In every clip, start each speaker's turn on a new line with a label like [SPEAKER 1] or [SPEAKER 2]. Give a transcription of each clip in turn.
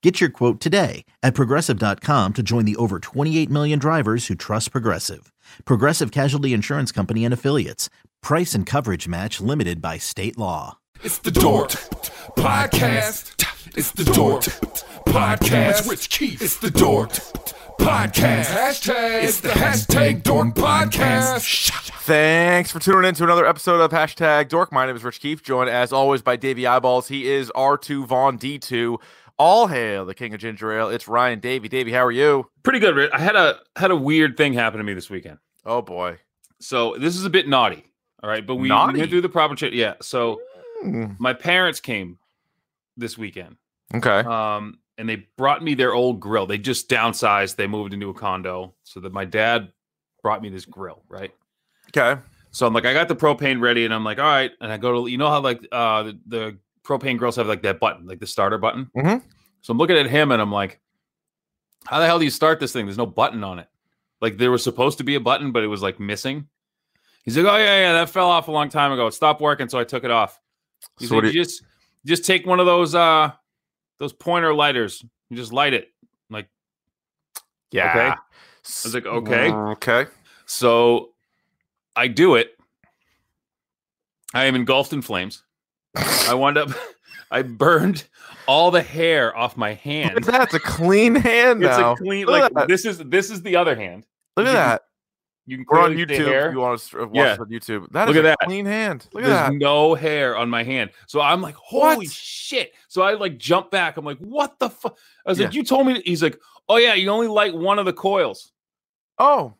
[SPEAKER 1] Get your quote today at progressive.com to join the over 28 million drivers who trust Progressive. Progressive Casualty Insurance Company and Affiliates. Price and coverage match limited by state law.
[SPEAKER 2] It's the Dork Podcast. It's the Dork Podcast. Rich Keith. It's the Dork Podcast. Hashtag. It's the hashtag Dork Podcast.
[SPEAKER 3] Thanks for tuning in to another episode of Hashtag Dork. My name is Rich Keefe, joined as always by Davey Eyeballs. He is R2 Vaughn D2. All hail the king of ginger ale. It's Ryan Davey. Davey, how are you?
[SPEAKER 4] pretty good. Rich. I had a had a weird thing happen to me this weekend.
[SPEAKER 3] Oh boy.
[SPEAKER 4] So this is a bit naughty. All right, but we we
[SPEAKER 3] Naughty?
[SPEAKER 4] didn't do the proper shit. Yeah. So my parents came this weekend,
[SPEAKER 3] Okay.
[SPEAKER 4] um, and they brought me their old grill. They just downsized. They moved into a condo, so that my dad brought me this grill. Right.
[SPEAKER 3] Okay.
[SPEAKER 4] So I'm like, I got the propane ready, and I'm like, all right. And I go to, you know how like uh, the, the propane grills have like that button, like the starter button.
[SPEAKER 3] Mhm.
[SPEAKER 4] So I'm looking at him, and I'm like, how the hell do you start this thing? There's no button on it. Like there was supposed to be a button, but it was like missing. He's like, oh yeah, yeah, that fell off a long time ago. It stopped working, so I took it off. He's
[SPEAKER 3] So what
[SPEAKER 4] like,
[SPEAKER 3] do you-
[SPEAKER 4] "You just just take one of those uh those pointer lighters and just light it.
[SPEAKER 3] Yeah.
[SPEAKER 4] Okay.
[SPEAKER 3] I
[SPEAKER 4] was like, okay.
[SPEAKER 3] Okay.
[SPEAKER 4] So I do it. I am engulfed in flames. I wound up, I burned all the hair off my hand.
[SPEAKER 3] Look at that. It's a clean hand
[SPEAKER 4] It's
[SPEAKER 3] now.
[SPEAKER 4] a clean,
[SPEAKER 3] Look at
[SPEAKER 4] like
[SPEAKER 3] that.
[SPEAKER 4] this is this is the other hand.
[SPEAKER 3] Look at
[SPEAKER 4] you-
[SPEAKER 3] that.
[SPEAKER 4] You can
[SPEAKER 3] We're on
[SPEAKER 4] clearly see
[SPEAKER 3] YouTube.
[SPEAKER 4] hair.
[SPEAKER 3] if You want to watch
[SPEAKER 4] Yeah.
[SPEAKER 3] us on YouTube? That is
[SPEAKER 4] Look at
[SPEAKER 3] a
[SPEAKER 4] that.
[SPEAKER 3] clean hand. Look at
[SPEAKER 4] There's
[SPEAKER 3] that.
[SPEAKER 4] no hair on my hand. So I'm like, holy
[SPEAKER 3] What?
[SPEAKER 4] shit. So I like jump back. I'm like, what the fuck? I was like,
[SPEAKER 3] Yeah.
[SPEAKER 4] you told me. to-" He's like, oh yeah, you only light one of the coils.
[SPEAKER 3] Oh,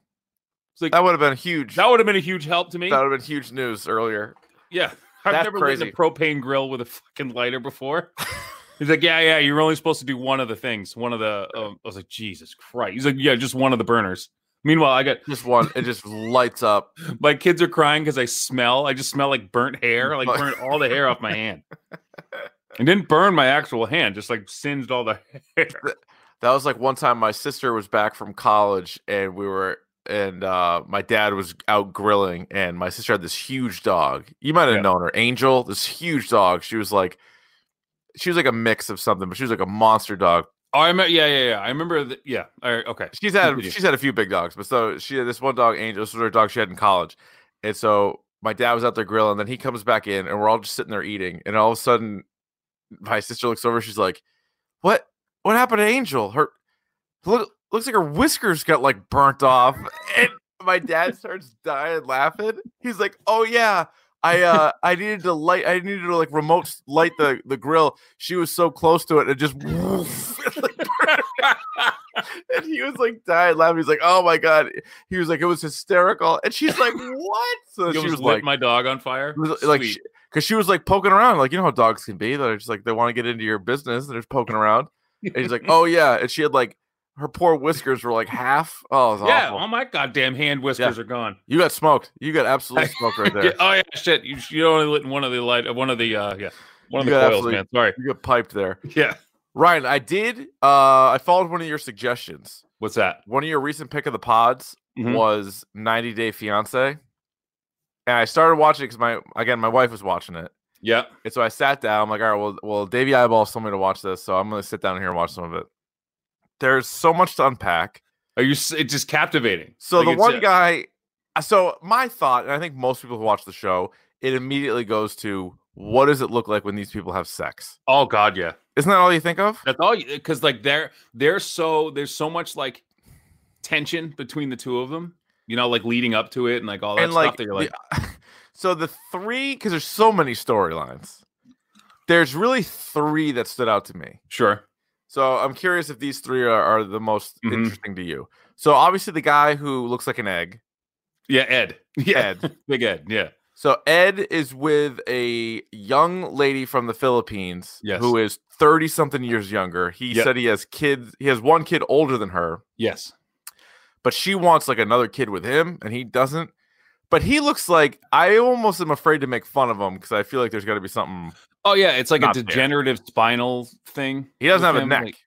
[SPEAKER 4] It's like
[SPEAKER 3] that would have been huge.
[SPEAKER 4] that would have been a huge help to me.
[SPEAKER 3] That would have been huge news earlier.
[SPEAKER 4] Yeah. I've
[SPEAKER 3] That's
[SPEAKER 4] never lit
[SPEAKER 3] crazy.
[SPEAKER 4] a propane grill with a fucking lighter before. He's like, yeah, yeah, you're only supposed to do one of the things. One of the, um, I was like, Jesus Christ. He's like, yeah, just one of the burners. Meanwhile, I got
[SPEAKER 3] Just one. It just lights up.
[SPEAKER 4] my kids are crying because I smell. I just smell like burnt hair. Like burnt all the hair off my hand. And didn't burn my actual hand, just like singed all the hair.
[SPEAKER 3] That was like one time my sister was back from college and we were and uh my dad was out grilling and my sister had this huge dog. You might have
[SPEAKER 4] Yeah.
[SPEAKER 3] known her, Angel, this huge dog. She was like she was like a mix of something, but she was like a monster dog.
[SPEAKER 4] Oh, I remember. Yeah, yeah, yeah. I remember. The, yeah. All right. Okay.
[SPEAKER 3] She's had
[SPEAKER 4] Continue.
[SPEAKER 3] she's had a few big dogs, but so she had this one dog, Angel. This was her dog she had in college, and so my dad was out there grilling. Then he comes back in, and we're all just sitting there eating. And all of a sudden, my sister looks over. She's like, "What? What happened to Angel? Her look looks like her whiskers got like burnt off." And my dad starts dying laughing. He's like, "Oh yeah." I uh I needed to light I needed to like remote s- light the the grill. She was so close to it and just woof, it, like, and he was like dying laughing. He's like, "Oh my god!" He was like, "It was hysterical," and she's like, "What?" So
[SPEAKER 4] You
[SPEAKER 3] she
[SPEAKER 4] almost
[SPEAKER 3] was
[SPEAKER 4] lit
[SPEAKER 3] like,
[SPEAKER 4] my dog on fire.
[SPEAKER 3] was like,
[SPEAKER 4] Sweet.
[SPEAKER 3] because she was like poking around, like you know how dogs can be. They're just like they want to get into your business. They're just poking around. And he's like, "Oh yeah," and she had like her poor whiskers were like half. Oh, it was
[SPEAKER 4] yeah. uh
[SPEAKER 3] awful.
[SPEAKER 4] All my goddamn hand whiskers are gone.
[SPEAKER 3] You got smoked. You got absolutely smoked right there.
[SPEAKER 4] Yeah, oh yeah, shit. You, you only lit one of the light, one of the uh, yeah, one of
[SPEAKER 3] You
[SPEAKER 4] the
[SPEAKER 3] got
[SPEAKER 4] coils,
[SPEAKER 3] absolutely-
[SPEAKER 4] man. Sorry.
[SPEAKER 3] You got piped there,
[SPEAKER 4] Yeah.
[SPEAKER 3] Ryan. I did. Uh, I followed one of your suggestions.
[SPEAKER 4] What's that?
[SPEAKER 3] One of your recent pick of the pods
[SPEAKER 4] Mhm.
[SPEAKER 3] was 90 Day Fiance. And I started watching because my again my wife was watching it,
[SPEAKER 4] Yeah.
[SPEAKER 3] and so I sat down. I'm like, all right, well, well, Davey Eyeballs told me to watch this, so I'm gonna sit down here and watch some of it. There's so much to unpack.
[SPEAKER 4] Are you? s- It's just captivating.
[SPEAKER 3] So
[SPEAKER 4] Like,
[SPEAKER 3] the
[SPEAKER 4] it's uh,
[SPEAKER 3] one
[SPEAKER 4] a-
[SPEAKER 3] guy, uh, so my thought, and I think most people who watch the show, it immediately goes to what does it look like when these people have sex?
[SPEAKER 4] Oh God, yeah.
[SPEAKER 3] Isn't that all you think of?
[SPEAKER 4] That's all. Because like they're they're so there's so much like tension between the two of them. You know, like leading up to it and like all that
[SPEAKER 3] and
[SPEAKER 4] stuff.
[SPEAKER 3] like,
[SPEAKER 4] that you're
[SPEAKER 3] the-
[SPEAKER 4] like,
[SPEAKER 3] so the three because there's so many storylines. There's really three that stood out to me.
[SPEAKER 4] sure.
[SPEAKER 3] So I'm curious if these three are, are the most
[SPEAKER 4] Mhm.
[SPEAKER 3] interesting to you. So obviously the guy who looks like an egg,
[SPEAKER 4] Yeah, Ed. Yeah,
[SPEAKER 3] Ed.
[SPEAKER 4] Big Ed. Yeah.
[SPEAKER 3] So Ed is with a young lady from the Philippines
[SPEAKER 4] Yes.
[SPEAKER 3] who is 30 something years younger. He
[SPEAKER 4] Yep.
[SPEAKER 3] said he has kids, he has one kid older than her,
[SPEAKER 4] Yes.
[SPEAKER 3] but she wants like another kid with him and he doesn't. But he looks like I almost am afraid to make fun of him because I feel like there's got to be something.
[SPEAKER 4] Oh yeah, it's like
[SPEAKER 3] Not
[SPEAKER 4] a
[SPEAKER 3] fair.
[SPEAKER 4] degenerative spinal thing.
[SPEAKER 3] He doesn't
[SPEAKER 4] with
[SPEAKER 3] have a
[SPEAKER 4] him,
[SPEAKER 3] neck.
[SPEAKER 4] like-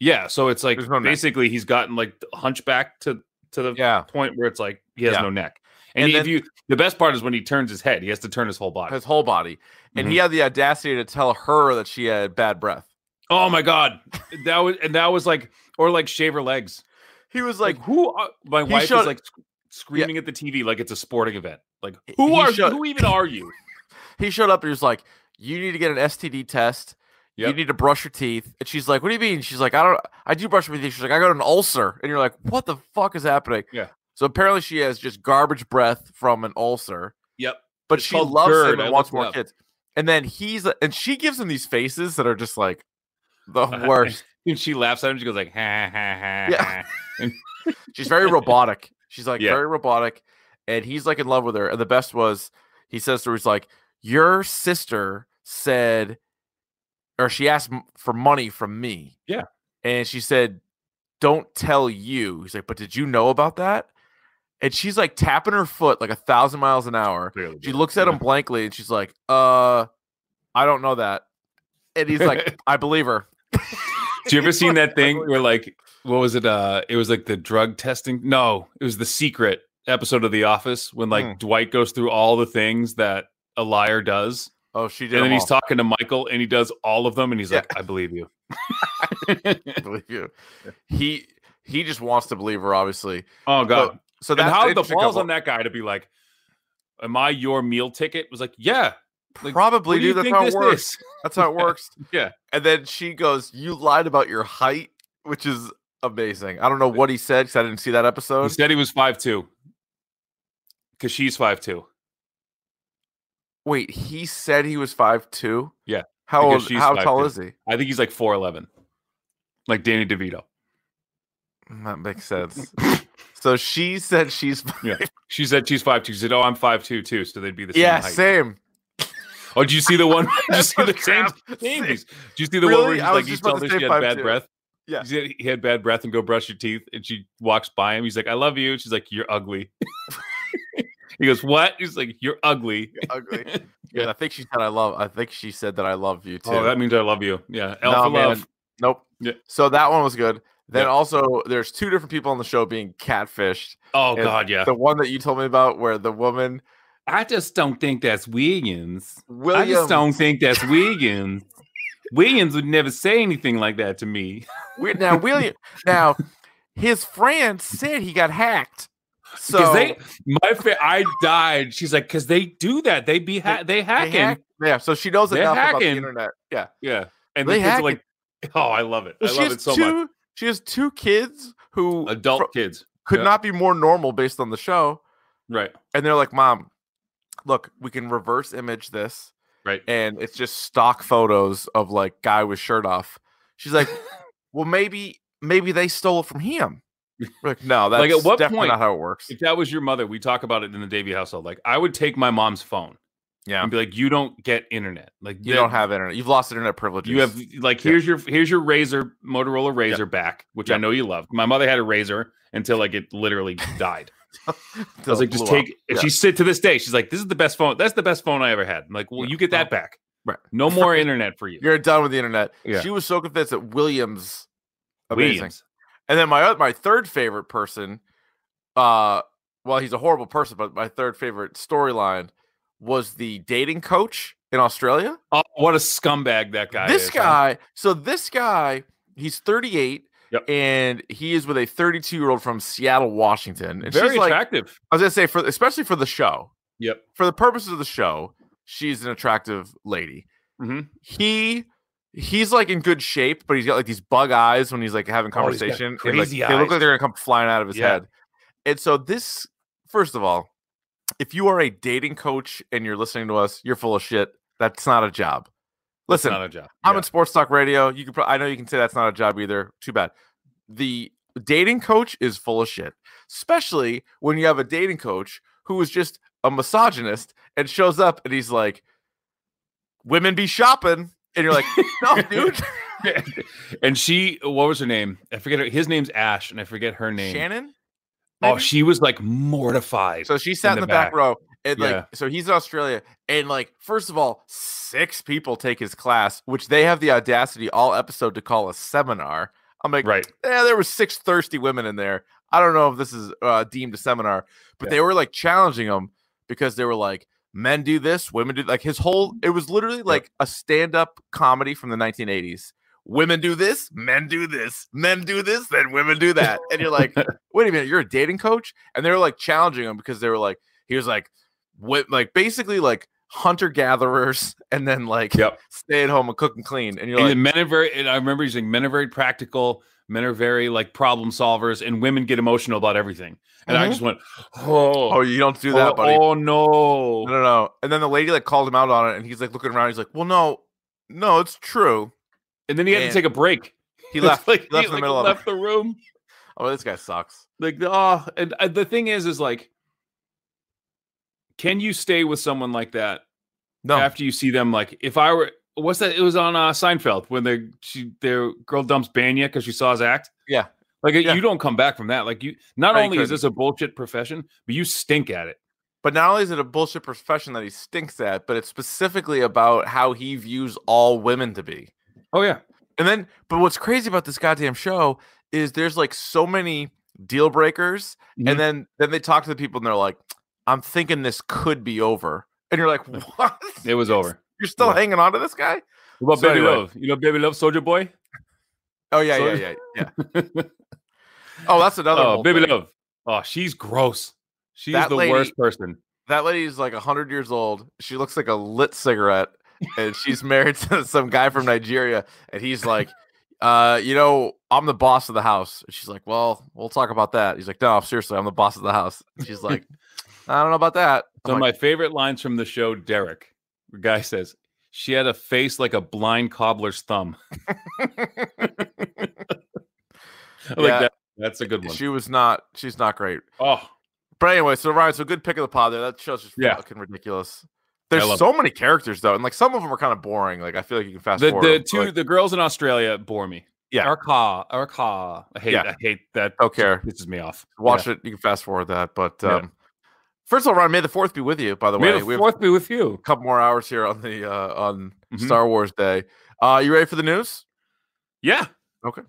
[SPEAKER 4] yeah, so it's like
[SPEAKER 3] There's no neck.
[SPEAKER 4] basically he's gotten like hunchback to to the
[SPEAKER 3] yeah.
[SPEAKER 4] point where it's like he has
[SPEAKER 3] Yeah.
[SPEAKER 4] no neck. And,
[SPEAKER 3] And
[SPEAKER 4] he- if
[SPEAKER 3] then-
[SPEAKER 4] you the best part is when he turns his head, he has to turn his Mm-hmm. whole body.
[SPEAKER 3] His whole body. And he had the audacity to tell her that she had bad breath.
[SPEAKER 4] Oh my god, that was and that was like or like shave her legs.
[SPEAKER 3] He was
[SPEAKER 4] Like
[SPEAKER 3] like,
[SPEAKER 4] who? Are, my
[SPEAKER 3] He
[SPEAKER 4] wife
[SPEAKER 3] showed-
[SPEAKER 4] is like sc- screaming at the TV like it's a sporting event. Like
[SPEAKER 3] He-
[SPEAKER 4] who
[SPEAKER 3] he
[SPEAKER 4] are
[SPEAKER 3] showed-
[SPEAKER 4] who even are you?
[SPEAKER 3] he showed up and he was like, You need to get an STD test. You
[SPEAKER 4] Yep.
[SPEAKER 3] need to brush your teeth. And she's like, What do you mean? She's like, I don't, I do brush my teeth. She's like, I got an ulcer. And you're like, What the fuck is happening?
[SPEAKER 4] Yeah.
[SPEAKER 3] So apparently she has just garbage breath from an ulcer,
[SPEAKER 4] Yep.
[SPEAKER 3] but
[SPEAKER 4] It's
[SPEAKER 3] she
[SPEAKER 4] called
[SPEAKER 3] loves
[SPEAKER 4] GERD.
[SPEAKER 3] him
[SPEAKER 4] I
[SPEAKER 3] and wants
[SPEAKER 4] looked it
[SPEAKER 3] more
[SPEAKER 4] up.
[SPEAKER 3] kids. And then he's, and she gives him these faces that are just like the worst.
[SPEAKER 4] And she laughs at him. She goes like, ha ha ha.
[SPEAKER 3] Yeah.
[SPEAKER 4] ha.
[SPEAKER 3] She's very robotic. She's like
[SPEAKER 4] Yeah.
[SPEAKER 3] very robotic, and he's like in love with her. And the best was he says to her, he's like, "Your sister said, or she asked m- for money from me."
[SPEAKER 4] Yeah.
[SPEAKER 3] and she said, "Don't tell you." He's like, "But did you know about that?" And she's like tapping her foot like a thousand miles an hour.
[SPEAKER 4] Clearly
[SPEAKER 3] She
[SPEAKER 4] did.
[SPEAKER 3] looks at
[SPEAKER 4] Yeah.
[SPEAKER 3] him blankly, and she's like, "Uh, I don't know that." And he's like, "I believe her."
[SPEAKER 4] Do you ever seen that thing
[SPEAKER 3] Totally.
[SPEAKER 4] where like what was it? Uh it was like the drug testing. No, it was the secret episode of The Office when like
[SPEAKER 3] Hmm.
[SPEAKER 4] Dwight goes through all the things that a liar does.
[SPEAKER 3] Oh, she did.
[SPEAKER 4] And then he's
[SPEAKER 3] talking.
[SPEAKER 4] talking to Michael and he does all of them and he's
[SPEAKER 3] Yeah.
[SPEAKER 4] like, I believe you.
[SPEAKER 3] believe you. He he just wants to believe her, obviously.
[SPEAKER 4] oh god.
[SPEAKER 3] So
[SPEAKER 4] and
[SPEAKER 3] that's
[SPEAKER 4] how the
[SPEAKER 3] interesting
[SPEAKER 4] balls
[SPEAKER 3] couple.
[SPEAKER 4] on that guy to be like, Am I your meal ticket? Was like, yeah. like,
[SPEAKER 3] Probably,
[SPEAKER 4] What do you
[SPEAKER 3] dude. That's
[SPEAKER 4] think
[SPEAKER 3] how it
[SPEAKER 4] this
[SPEAKER 3] works.
[SPEAKER 4] is?
[SPEAKER 3] That's how it works.
[SPEAKER 4] Yeah.
[SPEAKER 3] And then she goes, "You lied about your height," which is amazing. I don't know what he said because I didn't see that
[SPEAKER 4] He
[SPEAKER 3] episode.
[SPEAKER 4] said he was five two. Cause she's five two.
[SPEAKER 3] Wait, he said he was five two.
[SPEAKER 4] Yeah,
[SPEAKER 3] How
[SPEAKER 4] because
[SPEAKER 3] old?
[SPEAKER 4] she's
[SPEAKER 3] How tall
[SPEAKER 4] 5'2".
[SPEAKER 3] is he?
[SPEAKER 4] I think he's like four eleven. Like Danny DeVito.
[SPEAKER 3] Mm, That makes sense. so she said she's
[SPEAKER 4] She said she's five two. She said, "Oh, I'm five two too." So they'd be the same
[SPEAKER 3] yeah,
[SPEAKER 4] height.
[SPEAKER 3] same.
[SPEAKER 4] Oh, did you see the one? did you see
[SPEAKER 3] That's
[SPEAKER 4] the same?
[SPEAKER 3] crap.
[SPEAKER 4] same.
[SPEAKER 3] Same.
[SPEAKER 4] piece? Did you see the one where
[SPEAKER 3] Really?
[SPEAKER 4] he's
[SPEAKER 3] I was
[SPEAKER 4] like, he
[SPEAKER 3] just about
[SPEAKER 4] told
[SPEAKER 3] to
[SPEAKER 4] her
[SPEAKER 3] say
[SPEAKER 4] she had bad
[SPEAKER 3] 5'2".
[SPEAKER 4] breath.
[SPEAKER 3] Yeah.
[SPEAKER 4] He said he had bad breath and go brush your teeth, and she walks by him. He's like, "I love you." She's like, "You're ugly." he goes, "What?" He's like, "You're ugly."
[SPEAKER 3] Ugly.
[SPEAKER 4] Yeah.
[SPEAKER 3] Yeah, I think she said I love. I think she said that I love you too.
[SPEAKER 4] Oh, that means I love you. Yeah,
[SPEAKER 3] No,
[SPEAKER 4] alpha
[SPEAKER 3] man.
[SPEAKER 4] love.
[SPEAKER 3] Nope.
[SPEAKER 4] Yeah.
[SPEAKER 3] So that one was good. Then
[SPEAKER 4] Yeah.
[SPEAKER 3] also, there's two different people on the show being catfished.
[SPEAKER 4] Oh
[SPEAKER 3] And
[SPEAKER 4] God, yeah.
[SPEAKER 3] The one that you told me about, where the woman
[SPEAKER 4] I just don't think that's Williams.
[SPEAKER 3] William,
[SPEAKER 4] I just don't think that's Williams. Williams would never say anything like that to me.
[SPEAKER 3] we- now William, now his friend said he got hacked. So
[SPEAKER 4] Because they, my fa- I died. She's like, because they do that. They be ha- they
[SPEAKER 3] they
[SPEAKER 4] hacking.
[SPEAKER 3] hack- yeah, so she knows
[SPEAKER 4] They're
[SPEAKER 3] enough about the
[SPEAKER 4] hacking.
[SPEAKER 3] internet. Yeah,
[SPEAKER 4] Yeah, and
[SPEAKER 3] They
[SPEAKER 4] the kids are
[SPEAKER 3] hacking.
[SPEAKER 4] like, oh, I love it. I
[SPEAKER 3] Well,
[SPEAKER 4] love it so
[SPEAKER 3] two.
[SPEAKER 4] much.
[SPEAKER 3] She has two kids who
[SPEAKER 4] Adult
[SPEAKER 3] fro-
[SPEAKER 4] kids,
[SPEAKER 3] could
[SPEAKER 4] yeah.
[SPEAKER 3] not be more normal based on the show,
[SPEAKER 4] right?
[SPEAKER 3] and they're like, "Mom, look, we can reverse image this."
[SPEAKER 4] Right.
[SPEAKER 3] and it's just stock photos of like guy with shirt off. She's like, "Well, maybe maybe they stole it from him." We're like, no, that's
[SPEAKER 4] Like, at what
[SPEAKER 3] definitely
[SPEAKER 4] point-
[SPEAKER 3] not how it works.
[SPEAKER 4] If that was your mother, we talk about it in the Davy household. Like, I would take my mom's phone
[SPEAKER 3] Yeah,
[SPEAKER 4] and be like, you don't get internet. Like,
[SPEAKER 3] you
[SPEAKER 4] that-
[SPEAKER 3] don't have internet. You've lost internet privileges.
[SPEAKER 4] You have like
[SPEAKER 3] Yeah.
[SPEAKER 4] here's your here's your razor Motorola razor back, which I
[SPEAKER 3] Yep.
[SPEAKER 4] know you love. My mother had a razor until like it literally died. I was
[SPEAKER 3] Till
[SPEAKER 4] like,
[SPEAKER 3] it
[SPEAKER 4] just
[SPEAKER 3] blew up.
[SPEAKER 4] take. And she said to this day, she's like, "This is the best phone. That's the best phone I ever had." I'm like, well,
[SPEAKER 3] Yeah.
[SPEAKER 4] you get that back.
[SPEAKER 3] Right.
[SPEAKER 4] No more internet for you.
[SPEAKER 3] You're done with the internet.
[SPEAKER 4] Yeah.
[SPEAKER 3] She was so convinced that Williams, amazing.
[SPEAKER 4] Williams.
[SPEAKER 3] And then my oth- my third favorite person, uh, well, he's a horrible person, but my third favorite storyline was the dating coach in Australia.
[SPEAKER 4] Oh, what a scumbag that guy.
[SPEAKER 3] this
[SPEAKER 4] is, huh?
[SPEAKER 3] guy, so this guy, he's 38
[SPEAKER 4] Yep.
[SPEAKER 3] and he is with a 32 year old from Seattle, Washington. And
[SPEAKER 4] very
[SPEAKER 3] she's like,
[SPEAKER 4] attractive.
[SPEAKER 3] I was gonna say for especially for the show.
[SPEAKER 4] Yep.
[SPEAKER 3] For the purposes of the show, she's an attractive lady.
[SPEAKER 4] Mhm.
[SPEAKER 3] He he's like in good shape, but he's got like these bug eyes when he's like having
[SPEAKER 4] Oh, he's got
[SPEAKER 3] conversation. and, like,
[SPEAKER 4] crazy
[SPEAKER 3] They look like
[SPEAKER 4] eyes.
[SPEAKER 3] they're gonna come flying out of his
[SPEAKER 4] Yeah.
[SPEAKER 3] head. And so this, first of all, if you are a dating coach and you're listening to us, you're full of shit. That's not a job. Listen,
[SPEAKER 4] Not a job.
[SPEAKER 3] I'm
[SPEAKER 4] Yeah.
[SPEAKER 3] in sports talk radio. You could, pro- I know you can say that's not a job either. Too bad. The dating coach is full of shit, especially when you have a dating coach who is just a misogynist and shows up and he's like, "Women be shopping," and you're like, "No, dude,
[SPEAKER 4] and she, what was her name? I forget. Her, his name's Ash, and I forget her name.
[SPEAKER 3] Shannon."
[SPEAKER 4] oh,
[SPEAKER 3] maybe?
[SPEAKER 4] she was like mortified.
[SPEAKER 3] So she sat in the,
[SPEAKER 4] the
[SPEAKER 3] back,
[SPEAKER 4] back.
[SPEAKER 3] row, and like,
[SPEAKER 4] Yeah.
[SPEAKER 3] so he's in Australia, and like, first of all, six people take his class, which they have the audacity all episode to call a seminar. I'm like,
[SPEAKER 4] right.
[SPEAKER 3] yeah, Eh, there were six thirsty women in there. I don't know if this is uh, deemed a seminar, but
[SPEAKER 4] Yeah.
[SPEAKER 3] they were like challenging him because they were like, men do this, women do like his whole. It was literally like a stand-up comedy from the 1980s. Women do this, men do this, men do this, then women do that. And you're like, wait a minute, you're a dating coach? And they were like challenging him because they were like, he was like, what, like basically like hunter gatherers, and then like
[SPEAKER 4] Yep.
[SPEAKER 3] stay at home and cook and clean. And you're
[SPEAKER 4] And
[SPEAKER 3] like,
[SPEAKER 4] then men are very. And I remember he's like, men are very practical. Men are very like problem solvers, and women get emotional about everything. And I
[SPEAKER 3] Mhm.
[SPEAKER 4] just went, oh,
[SPEAKER 3] oh, you don't do that,
[SPEAKER 4] oh,
[SPEAKER 3] buddy.
[SPEAKER 4] oh, no.
[SPEAKER 3] No, no, no. And then the lady like called him out on it, and he's like looking around. He's like, "Well, no, no, it's true."
[SPEAKER 4] And then he had
[SPEAKER 3] And
[SPEAKER 4] to take a break.
[SPEAKER 3] He
[SPEAKER 4] It's
[SPEAKER 3] left.
[SPEAKER 4] like
[SPEAKER 3] he left in the
[SPEAKER 4] like,
[SPEAKER 3] middle of
[SPEAKER 4] left
[SPEAKER 3] it.
[SPEAKER 4] the room.
[SPEAKER 3] Oh, this guy sucks.
[SPEAKER 4] like oh and uh, the thing is is like can you stay with someone like that
[SPEAKER 3] No,
[SPEAKER 4] after you see them like if i were what's that it was on uh, seinfeld when the she their girl dumps banya because she saw his act
[SPEAKER 3] Yeah.
[SPEAKER 4] like
[SPEAKER 3] Yeah.
[SPEAKER 4] you don't come back from that like you not
[SPEAKER 3] No, you
[SPEAKER 4] only is
[SPEAKER 3] couldn't.
[SPEAKER 4] this a bullshit profession but you stink at it
[SPEAKER 3] but not only is it a bullshit profession that he stinks at, but it's specifically about how he views all women to be.
[SPEAKER 4] oh yeah
[SPEAKER 3] And then, but what's crazy about this goddamn show is there's like so many deal breakers,
[SPEAKER 4] Mhm.
[SPEAKER 3] and then then they talk to the people and they're like, "I'm thinking this could be over," and you're like, "What?
[SPEAKER 4] it was over
[SPEAKER 3] You're still
[SPEAKER 4] yeah.
[SPEAKER 3] hanging on to this guy?"
[SPEAKER 4] what about
[SPEAKER 3] So
[SPEAKER 4] baby
[SPEAKER 3] anyway.
[SPEAKER 4] love you know baby love soldier boy
[SPEAKER 3] Oh yeah,
[SPEAKER 4] So-
[SPEAKER 3] yeah, yeah, yeah. oh, that's another.
[SPEAKER 4] oh
[SPEAKER 3] whole
[SPEAKER 4] baby
[SPEAKER 3] thing.
[SPEAKER 4] love oh she's gross she's
[SPEAKER 3] That
[SPEAKER 4] the
[SPEAKER 3] lady-
[SPEAKER 4] worst person
[SPEAKER 3] That lady's like 100 years old. She looks like a lit cigarette, and she's married to some guy from Nigeria. And he's like, uh, you know, I'm the boss of the house. And she's like, well, we'll talk about that. He's like, no, seriously, I'm the boss of the house. And she's like, I don't know about that. I'm
[SPEAKER 4] Some
[SPEAKER 3] like,
[SPEAKER 4] of my favorite lines from the show, Derek. The guy says, She had a face like a blind cobbler's thumb. I
[SPEAKER 3] Yeah.
[SPEAKER 4] like that. That's a good one.
[SPEAKER 3] she was not, she's not great.
[SPEAKER 4] oh,
[SPEAKER 3] But anyway, so Ryan, so good pick of the pod there. That show's just
[SPEAKER 4] Yeah.
[SPEAKER 3] fucking ridiculous. There's
[SPEAKER 4] love
[SPEAKER 3] so many characters though, and like some of them are kind of boring. Like I feel like you can fast
[SPEAKER 4] the,
[SPEAKER 3] forward.
[SPEAKER 4] the
[SPEAKER 3] them, but,
[SPEAKER 4] two
[SPEAKER 3] like,
[SPEAKER 4] the girls in Australia bore me.
[SPEAKER 3] Yeah.
[SPEAKER 4] Our car, our car. I hate
[SPEAKER 3] Yeah. Oh.
[SPEAKER 4] I hate that.
[SPEAKER 3] don't care.
[SPEAKER 4] Pisses me off.
[SPEAKER 3] Watch it. You can fast forward that. But
[SPEAKER 4] Yeah.
[SPEAKER 3] um, first of all, Ryan, may the fourth be with you. By the
[SPEAKER 4] May
[SPEAKER 3] way,
[SPEAKER 4] the
[SPEAKER 3] we have
[SPEAKER 4] fourth be with you.
[SPEAKER 3] a couple more hours here on the uh, on
[SPEAKER 4] Mhm.
[SPEAKER 3] Star Wars Day. Uh, you ready for the news?
[SPEAKER 4] Yeah.
[SPEAKER 3] Okay.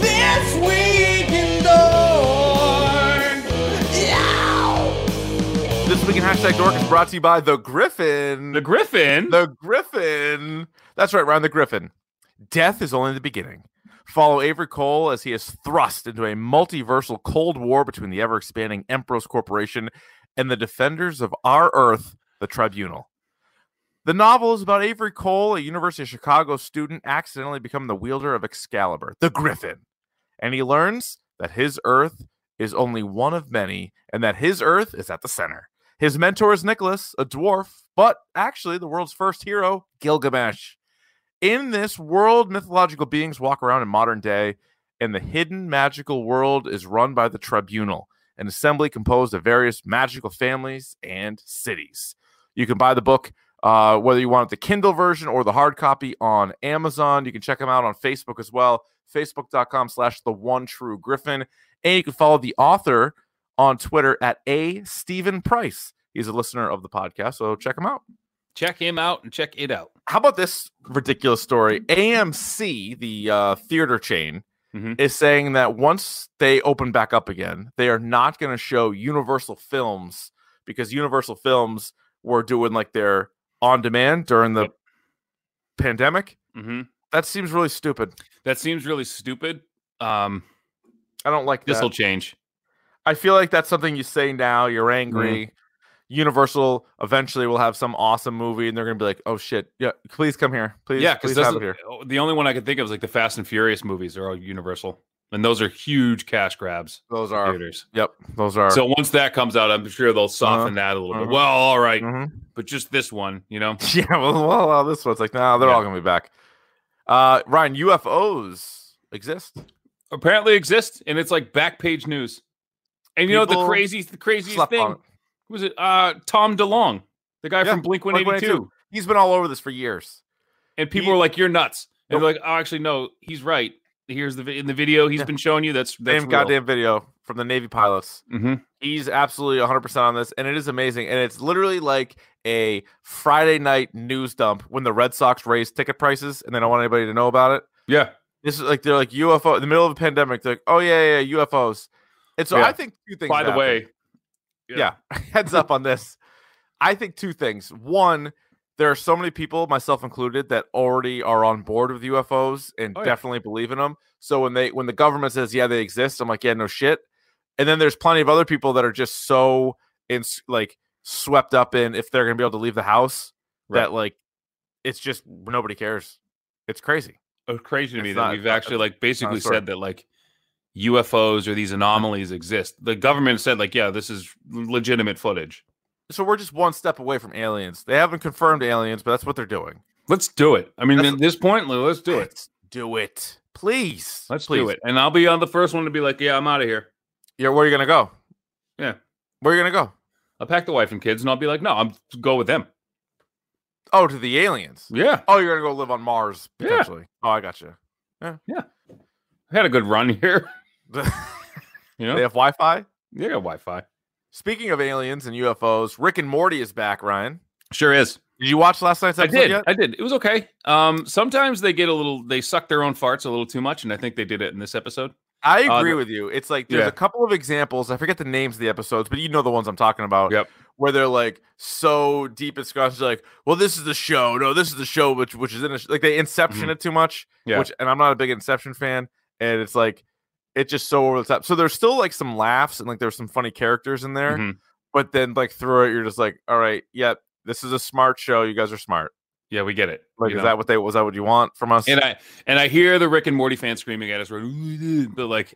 [SPEAKER 5] This week in Dork. Yeah.
[SPEAKER 3] This week in hashtag Dork is brought to you by the Griffin.
[SPEAKER 4] The Griffin.
[SPEAKER 3] The Griffin. That's right, Ryan the Griffin. Death is only the beginning. Follow Avery Cole as he is thrust into a multiversal cold war between the ever expanding Emperor's Corporation and the defenders of our Earth, the Tribunal. The novel is about Avery Cole, a University of Chicago student accidentally becoming the wielder of Excalibur, the Griffin. And he learns that his Earth is only one of many and that his Earth is at the center. His mentor is Nicholas, a dwarf, but actually the world's first hero, Gilgamesh. In this world, mythological beings walk around in modern day, and the hidden magical world is run by the Tribunal, an assembly composed of various magical families and cities. You can buy the book, uh, whether you want the Kindle version or the hard copy on Amazon. You can check them out on Facebook as well, facebook.com slash the one true griffin. And you can follow the author on Twitter at a Stephen Price. He's a listener of the podcast, so check him out.
[SPEAKER 4] Check him out and check it out.
[SPEAKER 3] How about this ridiculous story? AMC, the uh, theater chain,
[SPEAKER 4] Mhm.
[SPEAKER 3] is saying that once they open back up again, they are not going to show Universal Films because Universal Films were doing like their on demand during the
[SPEAKER 4] Yep.
[SPEAKER 3] pandemic.
[SPEAKER 4] hmm
[SPEAKER 3] That seems really stupid.
[SPEAKER 4] That seems really stupid. Um,
[SPEAKER 3] I don't like
[SPEAKER 4] this
[SPEAKER 3] that.
[SPEAKER 4] will change.
[SPEAKER 3] I feel like that's something you say now. You're
[SPEAKER 4] Mm-hmm.
[SPEAKER 3] angry. Universal eventually will have some awesome movie, and they're gonna be like, "Oh shit, yeah, please come here, please,
[SPEAKER 4] yeah,
[SPEAKER 3] please
[SPEAKER 4] because
[SPEAKER 3] have it here."
[SPEAKER 4] the only one I could think of is like the Fast and Furious movies are all Universal, and those are huge cash grabs.
[SPEAKER 3] Those
[SPEAKER 4] for
[SPEAKER 3] are,
[SPEAKER 4] Theaters.
[SPEAKER 3] yep, those are.
[SPEAKER 4] So once that comes out, I'm sure they'll soften that a little bit.
[SPEAKER 3] uh-huh.
[SPEAKER 4] Well, all right,
[SPEAKER 3] Mhm.
[SPEAKER 4] but just this one, you know.
[SPEAKER 3] yeah, well, well, well, this one's like, nah, they're
[SPEAKER 4] Yeah.
[SPEAKER 3] all gonna be back. Uh, Ryan, UFOs exist.
[SPEAKER 4] apparently exists, and it's like back page news. And you know what
[SPEAKER 3] People
[SPEAKER 4] the crazy, the craziest
[SPEAKER 3] slept on
[SPEAKER 4] thing
[SPEAKER 3] it.
[SPEAKER 4] was it uh Tom DeLong, the guy
[SPEAKER 3] Yeah,
[SPEAKER 4] from Blink One Eighty Two,
[SPEAKER 3] Blink-182. He's been all over this for years.
[SPEAKER 4] and people
[SPEAKER 3] He-
[SPEAKER 4] were like, "You're nuts," and
[SPEAKER 3] Nope.
[SPEAKER 4] they're like, "Oh, actually, no, he's right. Here's the vi- in the video he's
[SPEAKER 3] Yeah.
[SPEAKER 4] been showing you. That's that's
[SPEAKER 3] Same goddamn video from the Navy pilots.
[SPEAKER 4] hmm
[SPEAKER 3] He's absolutely 100% on this, and it is amazing. And it's literally like a Friday night news dump when the Red Sox raise ticket prices and they don't want anybody to know about it.
[SPEAKER 4] Yeah,
[SPEAKER 3] This is like they're like UFO in the middle of a pandemic. They're like, oh yeah, yeah, yeah, UFOs. And so
[SPEAKER 4] Yeah.
[SPEAKER 3] I think two things.
[SPEAKER 4] by the
[SPEAKER 3] happened.
[SPEAKER 4] way,
[SPEAKER 3] yeah. heads up on this. I think two things. One, there are so many people, myself included, that already are on board with UFOs and
[SPEAKER 4] Oh, yeah.
[SPEAKER 3] definitely believe in them. So when they when the government says yeah they exist, I'm like yeah no shit. And then there's plenty of other people that are just so in like swept up in if they're gonna be able to leave the house
[SPEAKER 4] Right.
[SPEAKER 3] that like it's just nobody cares. It's crazy.
[SPEAKER 4] it was crazy to me
[SPEAKER 3] It's
[SPEAKER 4] that
[SPEAKER 3] not-
[SPEAKER 4] we've
[SPEAKER 3] uh,
[SPEAKER 4] actually like basically
[SPEAKER 3] story.
[SPEAKER 4] said that like UFOs or these anomalies exist. The government said like, "Yeah, this is legitimate footage.
[SPEAKER 3] So we're just one step away from aliens. They haven't confirmed aliens, but that's what they're doing.
[SPEAKER 4] Let's do it." I mean,
[SPEAKER 3] That's-
[SPEAKER 4] at this point, let's do it.
[SPEAKER 3] Let's do it, please.
[SPEAKER 4] Let's
[SPEAKER 3] please.
[SPEAKER 4] do it. And I'll be on the first one to be like, yeah, I'm out of here.
[SPEAKER 3] Yeah, where are you gonna go?
[SPEAKER 4] Yeah.
[SPEAKER 3] Where are you gonna go?
[SPEAKER 4] I'll pack the wife and kids and I'll be like, no, I'm go with them.
[SPEAKER 3] Oh, to the aliens.
[SPEAKER 4] Yeah.
[SPEAKER 3] Oh, you're gonna go live on Mars
[SPEAKER 4] Yeah.
[SPEAKER 3] potentially. Oh, I got you.
[SPEAKER 4] I had a good run here.
[SPEAKER 3] they
[SPEAKER 4] You know,
[SPEAKER 3] have Wi-Fi.
[SPEAKER 4] they got Wi Fi.
[SPEAKER 3] Speaking of aliens and UFOs, Rick and Morty is back. Ryan,
[SPEAKER 4] Sure is.
[SPEAKER 3] did you watch last night's
[SPEAKER 4] I
[SPEAKER 3] episode
[SPEAKER 4] did.
[SPEAKER 3] yet?
[SPEAKER 4] I did. It was okay. Um, sometimes they get a little, they suck their own farts a little too much. And I think they did it in this episode.
[SPEAKER 3] I
[SPEAKER 4] Uh,
[SPEAKER 3] agree
[SPEAKER 4] the-
[SPEAKER 3] with you. It's like there's
[SPEAKER 4] Yeah.
[SPEAKER 3] a couple of examples. I forget the names of the episodes, but you know the ones I'm talking about.
[SPEAKER 4] Yep.
[SPEAKER 3] Where they're like so deep in scotch, like, well, this is the show. No, this is the show, which which is in a sh-. like they inception
[SPEAKER 4] Mhm.
[SPEAKER 3] it too much.
[SPEAKER 4] Yeah.
[SPEAKER 3] Which and I'm not a big Inception fan, and it's like it's just so over the top. So there's still like some laughs and like there's some funny characters in there,
[SPEAKER 4] Mhm.
[SPEAKER 3] but then like through it, you're just like, all right, yep, this is a smart show. You guys are smart.
[SPEAKER 4] Yeah, we get it.
[SPEAKER 3] Like,
[SPEAKER 4] you
[SPEAKER 3] is
[SPEAKER 4] know?
[SPEAKER 3] that what they was that what you want from us?
[SPEAKER 4] and I and I hear the Rick and Morty fans screaming at us, but like,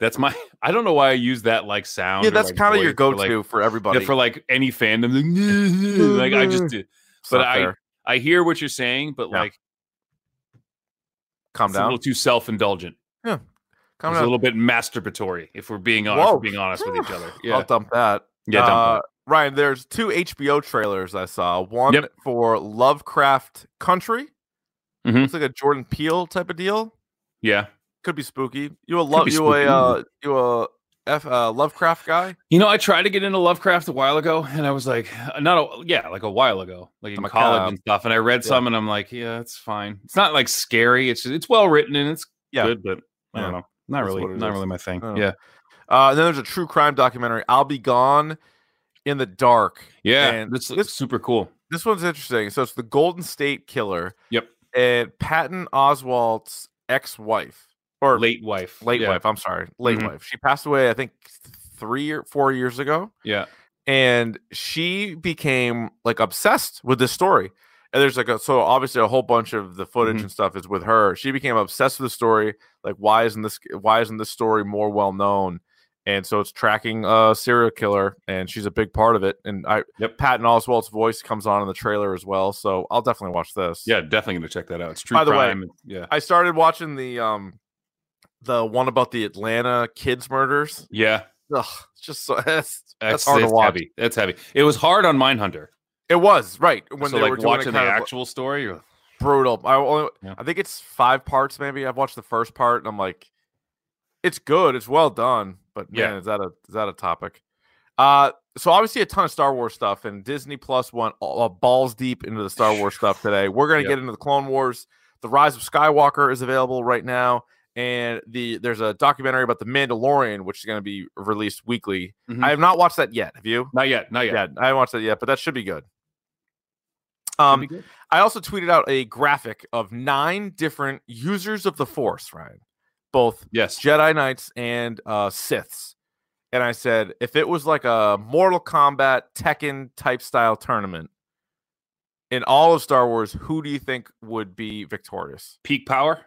[SPEAKER 4] that's my. I don't know why I use that like sound.
[SPEAKER 3] yeah,
[SPEAKER 4] or,
[SPEAKER 3] that's
[SPEAKER 4] like,
[SPEAKER 3] kind of your
[SPEAKER 4] voice for,
[SPEAKER 3] go-to
[SPEAKER 4] like-
[SPEAKER 3] for everybody.
[SPEAKER 4] Yeah, for like any fandom. Like, I just do.
[SPEAKER 3] It's
[SPEAKER 4] but
[SPEAKER 3] not
[SPEAKER 4] I-
[SPEAKER 3] fair.
[SPEAKER 4] I hear what you're saying, but
[SPEAKER 3] Yeah.
[SPEAKER 4] like
[SPEAKER 3] calm
[SPEAKER 4] it's a
[SPEAKER 3] down.
[SPEAKER 4] little too self-indulgent.
[SPEAKER 3] Calm
[SPEAKER 4] it's
[SPEAKER 3] down.
[SPEAKER 4] a little bit masturbatory if we're being honest, if
[SPEAKER 3] Whoa.
[SPEAKER 4] we're being honest with each other. Yeah.
[SPEAKER 3] I'll dump that.
[SPEAKER 4] yeah,
[SPEAKER 3] Uh,
[SPEAKER 4] dumb
[SPEAKER 3] Ryan, there's two HBO trailers I saw. One
[SPEAKER 4] Yep.
[SPEAKER 3] for Lovecraft Country.
[SPEAKER 4] Mhm.
[SPEAKER 3] Looks like a Jordan Peele type of deal.
[SPEAKER 4] yeah.
[SPEAKER 3] Could be spooky. You a love
[SPEAKER 4] be
[SPEAKER 3] you a
[SPEAKER 4] spooky.
[SPEAKER 3] uh, you a F, uh, Lovecraft guy.
[SPEAKER 4] You know, I tried to get into Lovecraft a while ago and I was like, not a yeah, like a while ago, like in
[SPEAKER 3] I'm a
[SPEAKER 4] college
[SPEAKER 3] cop.
[SPEAKER 4] and stuff. And I read
[SPEAKER 3] Yeah.
[SPEAKER 4] some and I'm like, yeah, it's fine. It's not like scary. It's just, it's well written and it's
[SPEAKER 3] Yeah.
[SPEAKER 4] good, but I
[SPEAKER 3] Yeah.
[SPEAKER 4] don't know. Not
[SPEAKER 3] That's
[SPEAKER 4] really,
[SPEAKER 3] what it
[SPEAKER 4] not
[SPEAKER 3] is.
[SPEAKER 4] really my thing.
[SPEAKER 3] I don't
[SPEAKER 4] Yeah.
[SPEAKER 3] Uh, and then there's a true crime documentary. I'll be gone in the dark.
[SPEAKER 4] Yeah.
[SPEAKER 3] And
[SPEAKER 4] That's
[SPEAKER 3] this-
[SPEAKER 4] super cool.
[SPEAKER 3] This one's interesting. So it's the Golden State Killer.
[SPEAKER 4] Yep.
[SPEAKER 3] And Patton Oswalt's ex-wife or
[SPEAKER 4] Late wife.
[SPEAKER 3] late
[SPEAKER 4] yeah.
[SPEAKER 3] wife. I'm sorry, late
[SPEAKER 4] Mhm.
[SPEAKER 3] wife. She passed away, I think, three or four years ago,
[SPEAKER 4] Yeah.
[SPEAKER 3] and she became like obsessed with this story. And there's like a so obviously a whole bunch of the footage
[SPEAKER 4] Mhm.
[SPEAKER 3] and stuff is with her. She became obsessed with the story. Like, why isn't this why isn't this story more well known? And so it's tracking a serial killer, and she's a big part of it. And I
[SPEAKER 4] Yep.
[SPEAKER 3] Patton Oswald's voice comes on in the trailer as well. So I'll definitely watch this.
[SPEAKER 4] Yeah, definitely gonna check that out. It's true
[SPEAKER 3] By the way,
[SPEAKER 4] crime. and- yeah.
[SPEAKER 3] I started watching the um the one about the Atlanta kids murders.
[SPEAKER 4] Yeah.
[SPEAKER 3] Ugh, it's just so that's,
[SPEAKER 4] That's,
[SPEAKER 3] that's hard to
[SPEAKER 4] that's
[SPEAKER 3] watch.
[SPEAKER 4] Heavy. That's heavy. It was hard on Mindhunter.
[SPEAKER 3] It was right when
[SPEAKER 4] so
[SPEAKER 3] they
[SPEAKER 4] like
[SPEAKER 3] were doing
[SPEAKER 4] watching
[SPEAKER 3] it
[SPEAKER 4] the
[SPEAKER 3] kind of
[SPEAKER 4] actual story, you're like,
[SPEAKER 3] brutal. I only,
[SPEAKER 4] Yeah.
[SPEAKER 3] I think it's five parts maybe. I've watched the first part and I'm like, it's good, it's well done, but man,
[SPEAKER 4] Yeah.
[SPEAKER 3] is that a is that a topic? Uh, so obviously a ton of Star Wars stuff, and Disney Plus went all, all balls deep into the Star Wars stuff today. We're gonna
[SPEAKER 4] Yep.
[SPEAKER 3] get into the Clone Wars. The Rise of Skywalker is available right now, and the there's a documentary about the Mandalorian, which is going to be released weekly.
[SPEAKER 4] Mhm.
[SPEAKER 3] I have not watched that yet. Have you?
[SPEAKER 4] Not yet. Not yet.
[SPEAKER 3] Yeah, I haven't watched that yet, but that should be good.
[SPEAKER 4] That'd
[SPEAKER 3] Um,
[SPEAKER 4] be good.
[SPEAKER 3] I also tweeted out a graphic of nine different users of the Force, Ryan, both
[SPEAKER 4] yes.
[SPEAKER 3] Jedi Knights and uh, Siths. And I said, if it was like a Mortal Kombat Tekken type style tournament in all of Star Wars, who do you think would be victorious?
[SPEAKER 4] Peak power.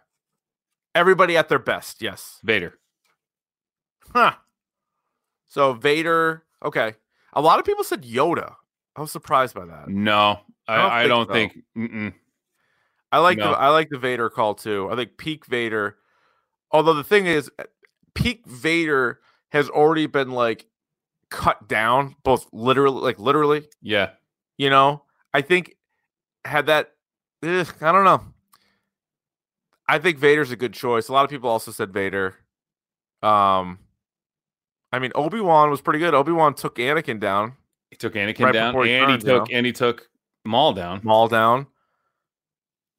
[SPEAKER 3] Everybody at their best, yes.
[SPEAKER 4] Vader.
[SPEAKER 3] Huh. So Vader, okay. A lot of people said Yoda. I was surprised by that.
[SPEAKER 4] No, I, I don't think. mm-mm.
[SPEAKER 3] I like
[SPEAKER 4] No.
[SPEAKER 3] the I like the Vader call too. I think peak Vader. Although the thing is, uh, peak Vader has already been like cut down, both literally, like literally.
[SPEAKER 4] Yeah.
[SPEAKER 3] You know, I think had that. Ugh, I don't know. I think Vader's a good choice. A lot of people also said Vader. Um, I mean, Obi Wan was pretty good. Obi Wan took Anakin down,
[SPEAKER 4] He took Anakin
[SPEAKER 3] Right
[SPEAKER 4] down,
[SPEAKER 3] before
[SPEAKER 4] and
[SPEAKER 3] he
[SPEAKER 4] he
[SPEAKER 3] turned, you
[SPEAKER 4] took and he took Maul down.
[SPEAKER 3] Maul down.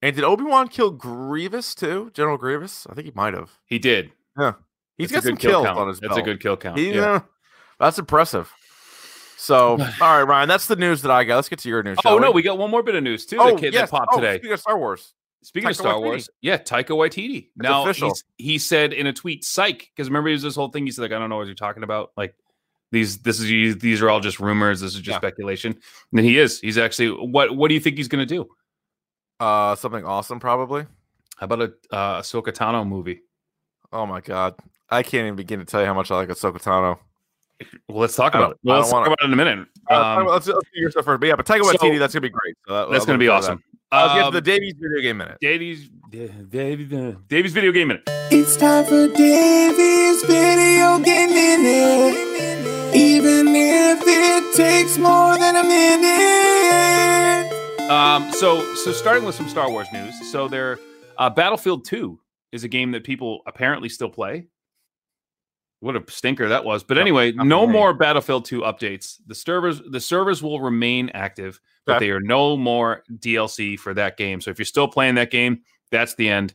[SPEAKER 3] And did Obi Wan kill Grievous too? General Grievous? I think he might have.
[SPEAKER 4] He did.
[SPEAKER 3] He's
[SPEAKER 4] That's
[SPEAKER 3] got
[SPEAKER 4] a
[SPEAKER 3] some
[SPEAKER 4] good kill
[SPEAKER 3] kills
[SPEAKER 4] count.
[SPEAKER 3] on his
[SPEAKER 4] That's
[SPEAKER 3] belt.
[SPEAKER 4] a good kill count.
[SPEAKER 3] He-
[SPEAKER 4] yeah.
[SPEAKER 3] yeah, That's impressive. So, all right, Ryan, that's the news that I got. Let's get to your news.
[SPEAKER 4] Oh
[SPEAKER 3] shall
[SPEAKER 4] no,
[SPEAKER 3] we,
[SPEAKER 4] we got one more bit of news too.
[SPEAKER 3] oh
[SPEAKER 4] that, came,
[SPEAKER 3] yes.
[SPEAKER 4] that popped
[SPEAKER 3] oh,
[SPEAKER 4] today.
[SPEAKER 3] Speaking of Star Wars,
[SPEAKER 4] Speaking of
[SPEAKER 3] Taika
[SPEAKER 4] Star
[SPEAKER 3] Waititi.
[SPEAKER 4] Wars, yeah, Taika Waititi.
[SPEAKER 3] It's
[SPEAKER 4] now
[SPEAKER 3] official.
[SPEAKER 4] he's- he said in a tweet, "Psych," because remember he was this whole thing. He said like, "I don't know what you're talking about." Like these, this is these are all just rumors. This is just
[SPEAKER 3] Yeah.
[SPEAKER 4] speculation. And then he is. He's actually. What What do you think he's going to do?
[SPEAKER 3] uh, something awesome probably.
[SPEAKER 4] How about a uh, Ahsoka Tano movie?
[SPEAKER 3] Oh my god, I can't even begin to tell you how much I like Ahsoka Tano.
[SPEAKER 4] Well, let's talk
[SPEAKER 3] I
[SPEAKER 4] about
[SPEAKER 3] don't-
[SPEAKER 4] it.
[SPEAKER 3] I
[SPEAKER 4] Well, let's
[SPEAKER 3] don't
[SPEAKER 4] talk
[SPEAKER 3] wanna-
[SPEAKER 4] about it in a minute.
[SPEAKER 3] Uh, talk
[SPEAKER 4] Um,
[SPEAKER 3] about- let's, let's do your stuff first. But yeah, but Taika
[SPEAKER 4] so-
[SPEAKER 3] Waititi, that's gonna be great. So that-
[SPEAKER 4] that's
[SPEAKER 3] I'll
[SPEAKER 4] going to
[SPEAKER 3] look
[SPEAKER 4] be
[SPEAKER 3] forward to that.
[SPEAKER 4] awesome.
[SPEAKER 3] Let's get to
[SPEAKER 4] Um,
[SPEAKER 3] the Davies video game minute.
[SPEAKER 4] Davey's Davey's Davey's video game minute.
[SPEAKER 5] It's time for Davey's video game minute. Even if it takes more than a minute.
[SPEAKER 4] Um, so so starting with some Star Wars news. So there, uh, Battlefield Two is a game that people apparently still play. What a stinker that was! But
[SPEAKER 3] Yeah,
[SPEAKER 4] anyway,
[SPEAKER 3] not
[SPEAKER 4] no
[SPEAKER 3] me.
[SPEAKER 4] more Battlefield Two updates. The servers the servers will remain active, but
[SPEAKER 3] Okay.
[SPEAKER 4] they are no more DLC for that game. So if you're still playing that game, that's the end.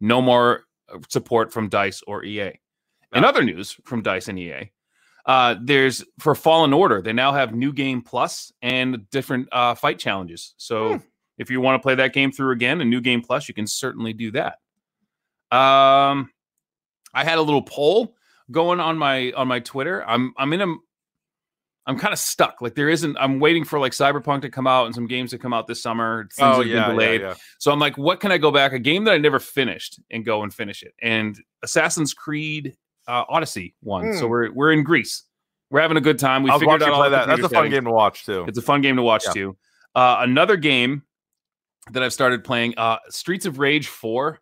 [SPEAKER 4] No more uh, support from Dice or EA. In other news from Dice and EA, uh, there's for Fallen Order, they now have New Game Plus and different uh, fight challenges. So
[SPEAKER 3] Hmm.
[SPEAKER 4] if you want to play that game through again, a New Game Plus, you can certainly do that. Um, I had a little poll going on my on my Twitter. I'm I'm in a I'm kind of stuck. Like there isn't. I'm waiting for like Cyberpunk to come out and some games to come out this summer. Things
[SPEAKER 3] Oh
[SPEAKER 4] have been
[SPEAKER 3] yeah, yeah,
[SPEAKER 4] delayed.
[SPEAKER 3] yeah.
[SPEAKER 4] So I'm like, what can I go back? A game that I never finished and go and finish it. And Assassin's Creed uh, Odyssey one. So we're we're in Greece. We're having a good time. We
[SPEAKER 3] I was
[SPEAKER 4] figured
[SPEAKER 3] watching
[SPEAKER 4] out
[SPEAKER 3] you
[SPEAKER 4] all
[SPEAKER 3] play
[SPEAKER 4] the
[SPEAKER 3] that. That's a
[SPEAKER 4] computer
[SPEAKER 3] fun
[SPEAKER 4] settings.
[SPEAKER 3] game to watch too.
[SPEAKER 4] It's a fun game to watch
[SPEAKER 3] Yeah.
[SPEAKER 4] too. Uh, another game that I've started playing, uh, Streets of Rage Four.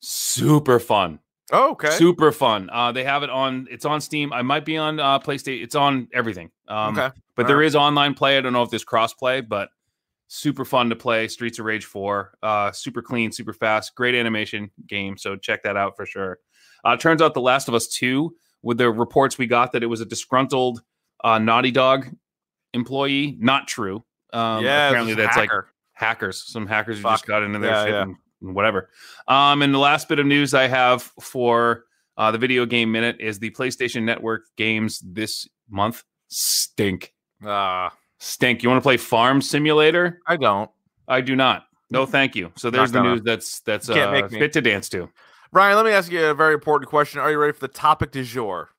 [SPEAKER 4] Super fun.
[SPEAKER 3] Oh, okay.
[SPEAKER 4] Super fun. Uh, they have it on. It's on Steam. I might be on uh, PlayStation. It's on everything. Um,
[SPEAKER 3] okay.
[SPEAKER 4] but
[SPEAKER 3] All
[SPEAKER 4] there
[SPEAKER 3] right.
[SPEAKER 4] is online play. I don't know if there's cross play, but super fun to play. Streets of Rage 4, uh, super clean, super fast, great animation game. So check that out for sure. Uh, turns out The Last of Us 2, with the reports we got that it was a disgruntled uh, Naughty Dog employee, not true. Um,
[SPEAKER 3] yeah.
[SPEAKER 4] apparently that's like hackers, some hackers who just
[SPEAKER 3] Fuck.
[SPEAKER 4] got into their
[SPEAKER 3] Yeah,
[SPEAKER 4] shit
[SPEAKER 3] yeah.
[SPEAKER 4] And, and whatever. Um, and the last bit of news I have for uh, the video game minute is the PlayStation Network games this month stink
[SPEAKER 3] like ah.
[SPEAKER 4] stink. You want to play Farm Simulator?
[SPEAKER 3] I don't.
[SPEAKER 4] I do not.
[SPEAKER 3] Mm-hmm.
[SPEAKER 4] No, thank you. So there's the
[SPEAKER 3] gonna.
[SPEAKER 4] news that's that's
[SPEAKER 3] You can't
[SPEAKER 4] uh,
[SPEAKER 3] make me.
[SPEAKER 4] fit to dance to.
[SPEAKER 3] Ryan, let me ask you a very important question. Are you ready for the topic du jour?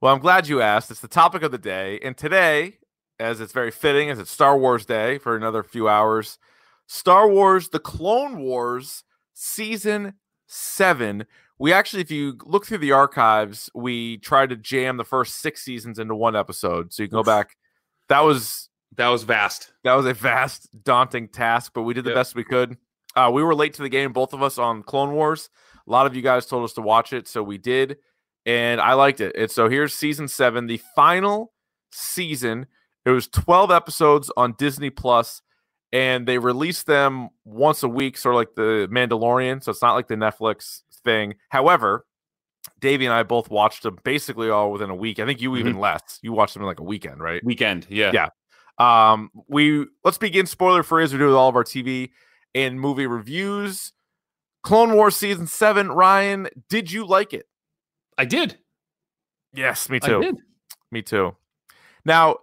[SPEAKER 3] Well, I'm glad you asked. It's the topic of the day. And today, as it's very fitting, as it's Star Wars Day for another few hours, Star Wars The Clone Wars Season 7. We actually, if you look through the archives, we tried to jam the first six seasons into one episode. So you can go back. That was
[SPEAKER 4] That was vast.
[SPEAKER 3] that was a vast, daunting task, but we did the
[SPEAKER 4] Yep.
[SPEAKER 3] best we could. Uh, we were late to the game, both of us on Clone Wars. A lot of you guys told us to watch it, so we did, and I liked it. And so here's season seven, the final season. It was 12 episodes on Disney Plus, and they released them once a week, sort of like the Mandalorian. So it's not like the Netflix thing. However, Davey and I both watched them basically all within a week. I think you even less. You watched them in like a weekend, right?
[SPEAKER 4] Weekend. Yeah.
[SPEAKER 3] Yeah. Um, we let's begin spoiler free as we do with all of our TV and movie reviews. Clone Wars season seven. Ryan, did you like it?
[SPEAKER 4] I did.
[SPEAKER 3] Yes, me
[SPEAKER 4] I
[SPEAKER 3] too.
[SPEAKER 4] did.
[SPEAKER 3] Me too. Now,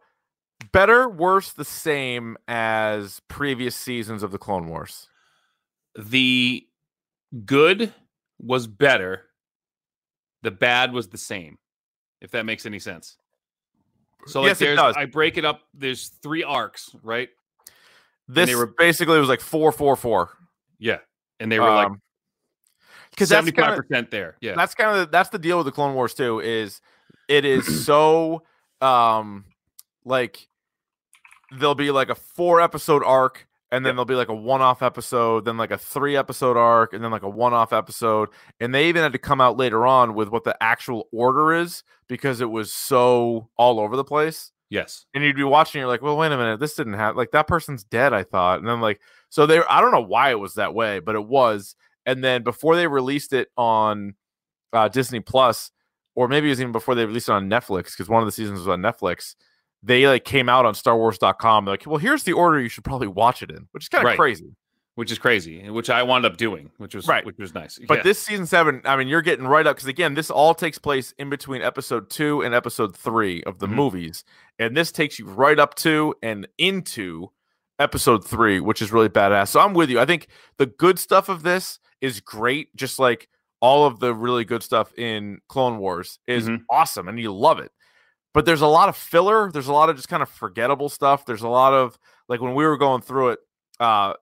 [SPEAKER 3] better, worse, the same as previous seasons of the Clone Wars.
[SPEAKER 4] The good was better. The bad was the same. If that makes any sense. So like
[SPEAKER 3] Yes, it
[SPEAKER 4] there's
[SPEAKER 3] does.
[SPEAKER 4] I break it up. There's three arcs, right? they
[SPEAKER 3] This
[SPEAKER 4] were-
[SPEAKER 3] basically was like four, four, four.
[SPEAKER 4] Yeah. And they were like
[SPEAKER 3] Um, 'cause that's
[SPEAKER 4] seventy
[SPEAKER 3] kinda-
[SPEAKER 4] five percent there. Yeah.
[SPEAKER 3] that's kind of that's the deal with the Clone Wars too. Is it is so um like there'll be like a four episode arc, and then there'll be like a one off episode, then like a three episode arc, and then like a one off episode, and they even had to come out later on with what the actual order is because it was so all over the place.
[SPEAKER 4] Yes.
[SPEAKER 3] And you'd be watching, you're like, well, wait a minute, this didn't happen. Like that person's dead, I thought. And then like, so they, I don't know why it was that way, but it was. And then before they released it on uh, Disney Plus, or maybe it was even before they released it on Netflix, because one of the seasons was on Netflix. They like came out on StarWars.com. Like, well, here's the order you should probably watch it in, which is kind of
[SPEAKER 4] Right.
[SPEAKER 3] crazy.
[SPEAKER 4] Which is crazy, and which I wound up doing, which was
[SPEAKER 3] Right.
[SPEAKER 4] which was nice.
[SPEAKER 3] But
[SPEAKER 4] Yeah.
[SPEAKER 3] this season seven, I mean, you're getting right up because again, this all takes place in between episode two and episode three of the
[SPEAKER 4] Mhm.
[SPEAKER 3] movies, and this takes you right up to and into episode three, which is really badass. So I'm with you. I think the good stuff of this is great, just like all of the really good stuff in Clone Wars is
[SPEAKER 4] Mhm.
[SPEAKER 3] awesome, and you love it. But there's a lot of filler. There's a lot of just kind of forgettable stuff. There's a lot of like when we were going through it, uh,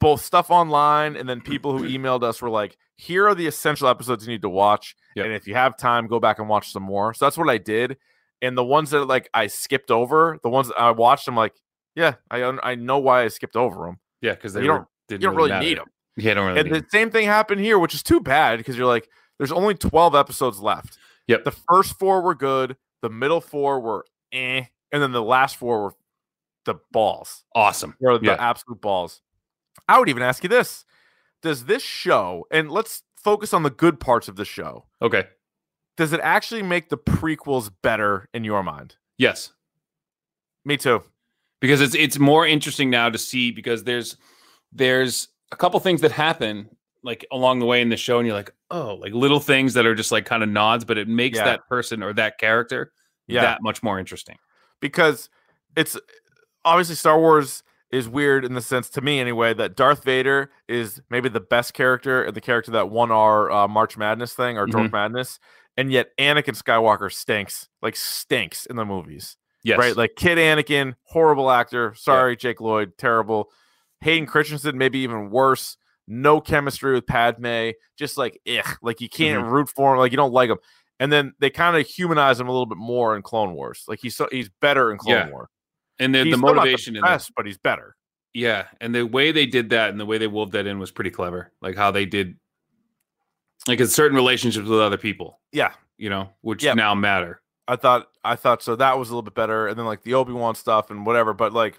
[SPEAKER 3] both stuff online and then people who emailed us were like, here are the essential episodes you need to watch.
[SPEAKER 4] Yep.
[SPEAKER 3] And if you have time, go back and watch some more. So that's what I did. And the ones that like I skipped over, the ones that I watched, I'm like, yeah, I un- I know why I skipped over them.
[SPEAKER 4] yeah, because they
[SPEAKER 3] you
[SPEAKER 4] were,
[SPEAKER 3] don't-
[SPEAKER 4] didn't
[SPEAKER 3] You don't really
[SPEAKER 4] matter.
[SPEAKER 3] need them.
[SPEAKER 4] Yeah, you don't really.
[SPEAKER 3] And
[SPEAKER 4] Need
[SPEAKER 3] the same thing happened here, which is too bad because you're like, there's only 12 episodes left.
[SPEAKER 4] Yep.
[SPEAKER 3] The first four were good, the middle four were eh, and then the last four were the balls
[SPEAKER 4] awesome.
[SPEAKER 3] or the
[SPEAKER 4] Yeah.
[SPEAKER 3] absolute balls. I would even ask you this: Does this show, and let's focus on the good parts of the show,
[SPEAKER 4] Okay.
[SPEAKER 3] does it actually make the prequels better in your mind?
[SPEAKER 4] Yes.
[SPEAKER 3] Me too.
[SPEAKER 4] because it's it's more interesting now to see because there's there's a couple things that happen like along the way in the show and you're like oh like little things that are just like kind of nods but it makes
[SPEAKER 3] Yeah.
[SPEAKER 4] that person or that character
[SPEAKER 3] Yeah.
[SPEAKER 4] that much more interesting
[SPEAKER 3] because it's obviously Star Wars is weird in the sense to me anyway that Darth Vader is maybe the best character and the character that won our uh, March Madness thing or Dark
[SPEAKER 4] Mhm.
[SPEAKER 3] Madness, and yet Anakin Skywalker stinks like stinks in the movies.
[SPEAKER 4] yes
[SPEAKER 3] right? Like Kid Anakin, horrible actor. Sorry, Jake Lloyd, terrible. Hayden Christensen, maybe even worse. No chemistry with Padme. Just like ugh, like you can't
[SPEAKER 4] Mm-hmm.
[SPEAKER 3] root for him. Like you don't like him. And then they kind of humanize him a little bit more in Clone Wars. Like he's so, he's better in Clone
[SPEAKER 4] Yeah.
[SPEAKER 3] Wars.
[SPEAKER 4] and the,
[SPEAKER 3] He's
[SPEAKER 4] the
[SPEAKER 3] still not
[SPEAKER 4] motivation in the-
[SPEAKER 3] best, but he's better.
[SPEAKER 4] yeah and the way they did that and the way they wove that in was pretty clever like how they did like in certain relationships with other people
[SPEAKER 3] Yeah,
[SPEAKER 4] you know which
[SPEAKER 3] Yeah.
[SPEAKER 4] now matter
[SPEAKER 3] I thought I thought so that was a little bit better, and then like the Obi Wan stuff and whatever. But like,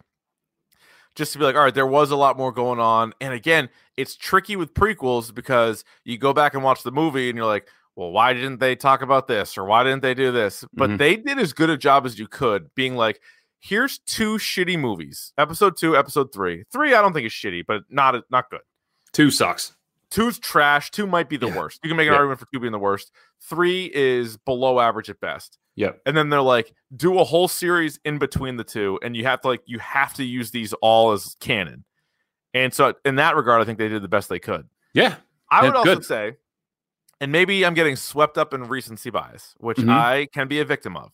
[SPEAKER 3] just to be like, all right, there was a lot more going on. And again, it's tricky with prequels because you go back and watch the movie and you're like, well, why didn't they talk about this or why didn't they do this? But
[SPEAKER 4] Mhm.
[SPEAKER 3] they did as good a job as you could, being like, here's two shitty movies, episode two, episode three. Three, I don't think is shitty, but not not good.
[SPEAKER 4] two sucks
[SPEAKER 3] Two's trash. Two might be the
[SPEAKER 4] Yeah.
[SPEAKER 3] worst. You can make an
[SPEAKER 4] Yeah.
[SPEAKER 3] argument for two being the worst. Three is below average at best
[SPEAKER 4] yep
[SPEAKER 3] and then they're like do a whole series in between the two and you have to like you have to use these all as canon and so in that regard i think they did the best they could
[SPEAKER 4] yeah
[SPEAKER 3] i would
[SPEAKER 4] That's
[SPEAKER 3] also
[SPEAKER 4] good.
[SPEAKER 3] say and maybe i'm getting swept up in recency bias which
[SPEAKER 4] Mhm.
[SPEAKER 3] i can be a victim of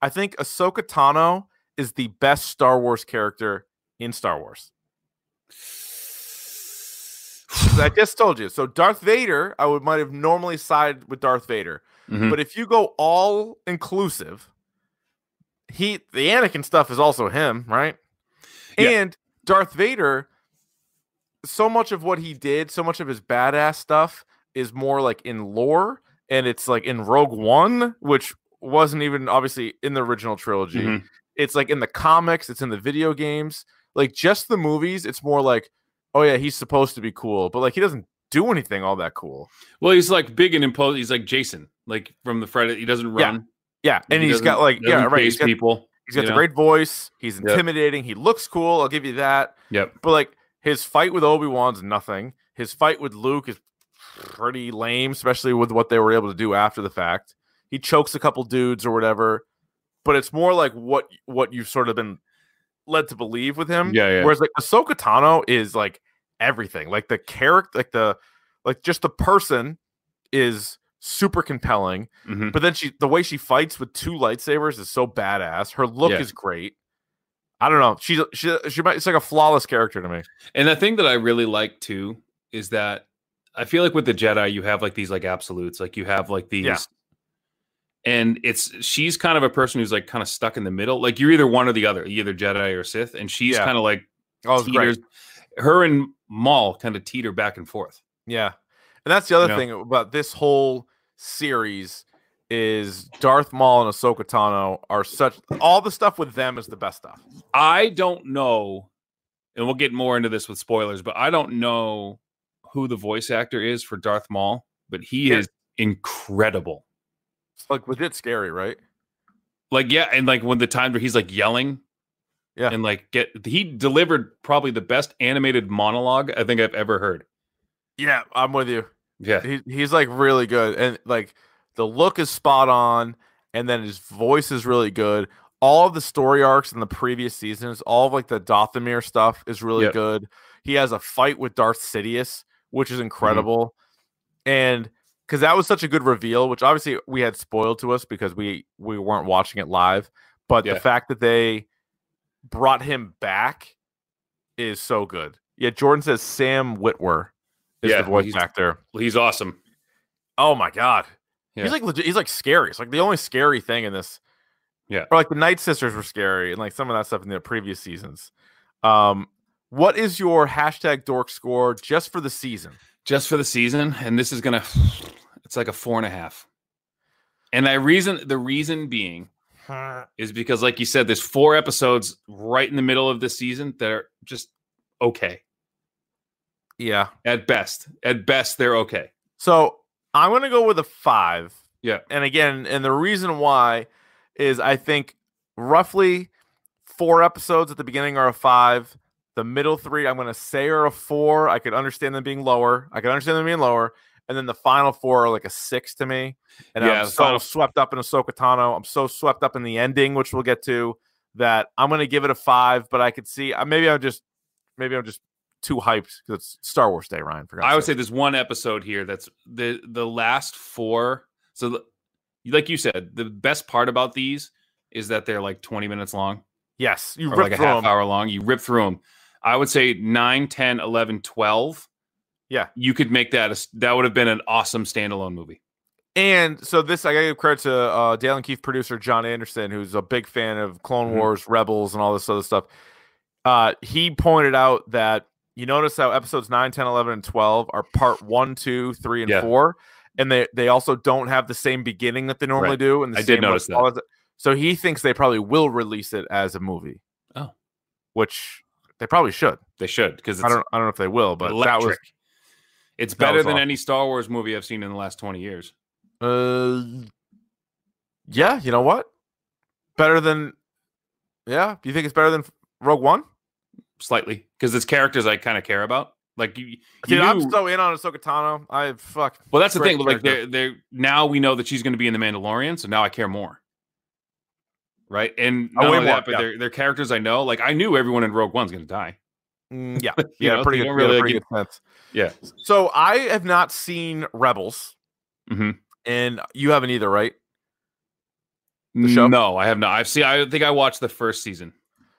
[SPEAKER 3] i think ahsoka tano is the best star wars character in star wars i just told you so darth vader i would might have normally sided with darth vader
[SPEAKER 4] Mhm.
[SPEAKER 3] but if you go all inclusive, he the Anakin stuff is also him, right?
[SPEAKER 4] Yeah.
[SPEAKER 3] And Darth Vader, so much of what he did, so much of his badass stuff is more like in lore and it's like in Rogue One, which wasn't even obviously in the original trilogy.
[SPEAKER 4] Mhm.
[SPEAKER 3] It's like in the comics, it's in the video games, like just the movies, it's more like, oh yeah, he's supposed to be cool, but like he doesn't do anything all that cool.
[SPEAKER 4] well he's like big and imposing he's like jason like from the friday he doesn't
[SPEAKER 3] Yeah.
[SPEAKER 4] run
[SPEAKER 3] Yeah, and
[SPEAKER 4] he
[SPEAKER 3] he's got
[SPEAKER 4] doesn't-
[SPEAKER 3] like yeah,
[SPEAKER 4] doesn't
[SPEAKER 3] right. He's
[SPEAKER 4] chase
[SPEAKER 3] got
[SPEAKER 4] people.
[SPEAKER 3] He's got
[SPEAKER 4] you
[SPEAKER 3] the
[SPEAKER 4] know?
[SPEAKER 3] great voice. He's
[SPEAKER 4] Yep.
[SPEAKER 3] intimidating. He looks cool. I'll give you that.
[SPEAKER 4] Yep.
[SPEAKER 3] But like his fight with Obi Wan's nothing. His fight with Luke is pretty lame, especially with what they were able to do after the fact. He chokes a couple dudes or whatever, but it's more like what what you've sort of been led to believe with him.
[SPEAKER 4] Yeah, yeah.
[SPEAKER 3] Whereas like Ahsoka Tano is like everything, like the character, like the like just the person is super compelling.
[SPEAKER 4] Mhm.
[SPEAKER 3] But then she, the way she fights with two lightsabers is so badass. Her look
[SPEAKER 4] Yeah.
[SPEAKER 3] is great. I don't know. She's she she might. It's like a flawless character to me.
[SPEAKER 4] And the thing that I really like too is that I feel like with the Jedi, you have like these like absolutes, like you have like these.
[SPEAKER 3] Yeah.
[SPEAKER 4] And it's she's kind of a person who's like kind of stuck in the middle. Like you're either one or the other, either Jedi or Sith, and she's
[SPEAKER 3] Yeah.
[SPEAKER 4] kind of like
[SPEAKER 3] Oh, it's great.
[SPEAKER 4] teeters. Her and Maul kind of teeter back and forth.
[SPEAKER 3] Yeah. And that's the other
[SPEAKER 4] You know?
[SPEAKER 3] thing about this whole series is Darth Maul and Ahsoka Tano are such all the stuff with them is the best stuff.
[SPEAKER 4] I don't know, and we'll get more into this with spoilers, but I don't know who the voice actor is for Darth Maul, but he
[SPEAKER 3] Yeah.
[SPEAKER 4] is incredible.
[SPEAKER 3] It's like legit scary, right?
[SPEAKER 4] Like, yeah, and like when the times where he's like yelling,
[SPEAKER 3] Yeah.
[SPEAKER 4] and like get he delivered probably the best animated monologue I think I've ever heard.
[SPEAKER 3] Yeah, I'm with you.
[SPEAKER 4] Yeah,
[SPEAKER 3] He, he's like really good and like the look is spot on and then his voice is really good. All of the story arcs in the previous seasons, all of like the Dothamir stuff is really
[SPEAKER 4] Yep.
[SPEAKER 3] good. He has a fight with Darth Sidious, which
[SPEAKER 4] Mm-hmm.
[SPEAKER 3] is incredible. and because that was such a good reveal, which obviously we had spoiled to us because we we weren't watching it live, but
[SPEAKER 4] Yeah.
[SPEAKER 3] the fact that they brought him back is so good. Yeah, Jordan says Sam Whitwer is
[SPEAKER 4] Yeah,
[SPEAKER 3] the voice
[SPEAKER 4] he's-
[SPEAKER 3] actor.
[SPEAKER 4] he's awesome.
[SPEAKER 3] Oh my god,
[SPEAKER 4] Yeah.
[SPEAKER 3] he's like legit, he's like scary. It's like the only scary thing in this.
[SPEAKER 4] Yeah.
[SPEAKER 3] or like the Night Sisters were scary, and like some of that stuff in the previous seasons. Um, what is your hashtag dork score just for the season?
[SPEAKER 4] just for the season, and this is gonna it's like a four and a half. And I reason the reason being is because, like you said, there's four episodes right in the middle of the season that are just okay.
[SPEAKER 3] Yeah,
[SPEAKER 4] At best. At best, they're okay.
[SPEAKER 3] So I'm going to go with a five.
[SPEAKER 4] Yeah.
[SPEAKER 3] And again, and the reason why is I think roughly four episodes at the beginning are a five. The middle three, I'm going to say, are a four. I could understand them being lower. I could understand them being lower. And then the final four are like a six to me. And
[SPEAKER 4] Yeah,
[SPEAKER 3] I'm
[SPEAKER 4] the
[SPEAKER 3] so
[SPEAKER 4] final-
[SPEAKER 3] swept up in Ahsoka Tano. I'm so swept up in the ending, which we'll get to, that I'm going to give it a five. But I could see, uh, maybe I'm just, maybe I'm just too hyped because it's Star Wars Day, Ryan. For
[SPEAKER 4] I would
[SPEAKER 3] God's sake.
[SPEAKER 4] say there's one episode here that's the the last four. So, the, like you said, the best part about these is that they're like 20 minutes long.
[SPEAKER 3] yes, you
[SPEAKER 4] or
[SPEAKER 3] ripped
[SPEAKER 4] like a
[SPEAKER 3] through
[SPEAKER 4] half
[SPEAKER 3] 'em.
[SPEAKER 4] hour long. You rip through them. I would say 9, 10, 11, 12.
[SPEAKER 3] Yeah.
[SPEAKER 4] You could make that. A, s- that would have been an awesome standalone movie.
[SPEAKER 3] And so this, I gotta give credit to uh, Dale and Keith producer John Anderson, who's a big fan of Clone
[SPEAKER 4] Mhm.
[SPEAKER 3] Wars, Rebels, and all this other stuff. Uh, he pointed out that you notice how episodes 9, 10, 11, and 12 are part 1, 2, 3, and
[SPEAKER 4] Yeah.
[SPEAKER 3] 4. And they, they also don't have the same beginning that they normally
[SPEAKER 4] Right.
[SPEAKER 3] do. And the
[SPEAKER 4] I did
[SPEAKER 3] same,
[SPEAKER 4] notice that.
[SPEAKER 3] all that. So he thinks they probably will release it as a movie.
[SPEAKER 4] Oh.
[SPEAKER 3] Which they probably should.
[SPEAKER 4] They should because it's
[SPEAKER 3] I don't I don't know if they will, but that was
[SPEAKER 4] electric. it's
[SPEAKER 3] that
[SPEAKER 4] better
[SPEAKER 3] was
[SPEAKER 4] than
[SPEAKER 3] awesome.
[SPEAKER 4] any Star Wars movie I've seen in the last 20 years.
[SPEAKER 3] Uh, yeah, you know what? Better than, yeah. Do you think it's better than Rogue One?
[SPEAKER 4] Slightly because it's characters I kind of care about. Like you, you
[SPEAKER 3] Dude, I'm
[SPEAKER 4] knew-
[SPEAKER 3] so in on Ahsoka Tano. I fuck.
[SPEAKER 4] well, that's the
[SPEAKER 3] great
[SPEAKER 4] thing. Like
[SPEAKER 3] character.
[SPEAKER 4] they're, they're now we know that she's going to be in the Mandalorian, so now I care more. Right, and
[SPEAKER 3] Oh,
[SPEAKER 4] not
[SPEAKER 3] way
[SPEAKER 4] only
[SPEAKER 3] more,
[SPEAKER 4] that, but
[SPEAKER 3] yeah.
[SPEAKER 4] they're, they're characters I know. Like I knew everyone in Rogue One's going to die.
[SPEAKER 3] Mm, yeah,
[SPEAKER 4] You
[SPEAKER 3] yeah,
[SPEAKER 4] know,
[SPEAKER 3] pretty
[SPEAKER 4] you
[SPEAKER 3] good.
[SPEAKER 4] don't
[SPEAKER 3] yeah,
[SPEAKER 4] really
[SPEAKER 3] pretty
[SPEAKER 4] get-
[SPEAKER 3] good sense.
[SPEAKER 4] Yeah.
[SPEAKER 3] So I have not seen Rebels,
[SPEAKER 4] Mhm.
[SPEAKER 3] and you haven't either, right? the show?
[SPEAKER 4] No, I have not. I've seen. I think I watched the first season.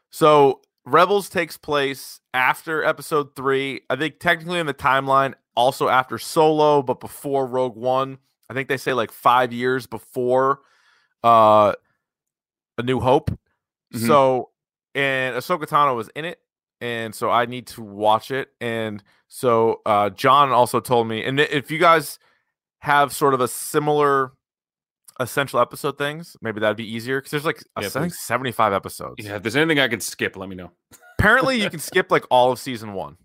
[SPEAKER 3] So Rebels takes place after Episode Three. I think technically in the timeline, also after Solo, but before Rogue One. I think they say like five years before uh, A New Hope.
[SPEAKER 4] Mhm.
[SPEAKER 3] So, and Ahsoka Tano was in it, and so I need to watch it. And so uh, John also told me, and if you guys have sort of a similar essential episode things, maybe that'd be easier because there's like
[SPEAKER 4] Yeah,
[SPEAKER 3] I think
[SPEAKER 4] please.
[SPEAKER 3] 75 episodes.
[SPEAKER 4] Yeah, if there's anything I could skip, let me know.
[SPEAKER 3] Apparently, you can skip like all of season one.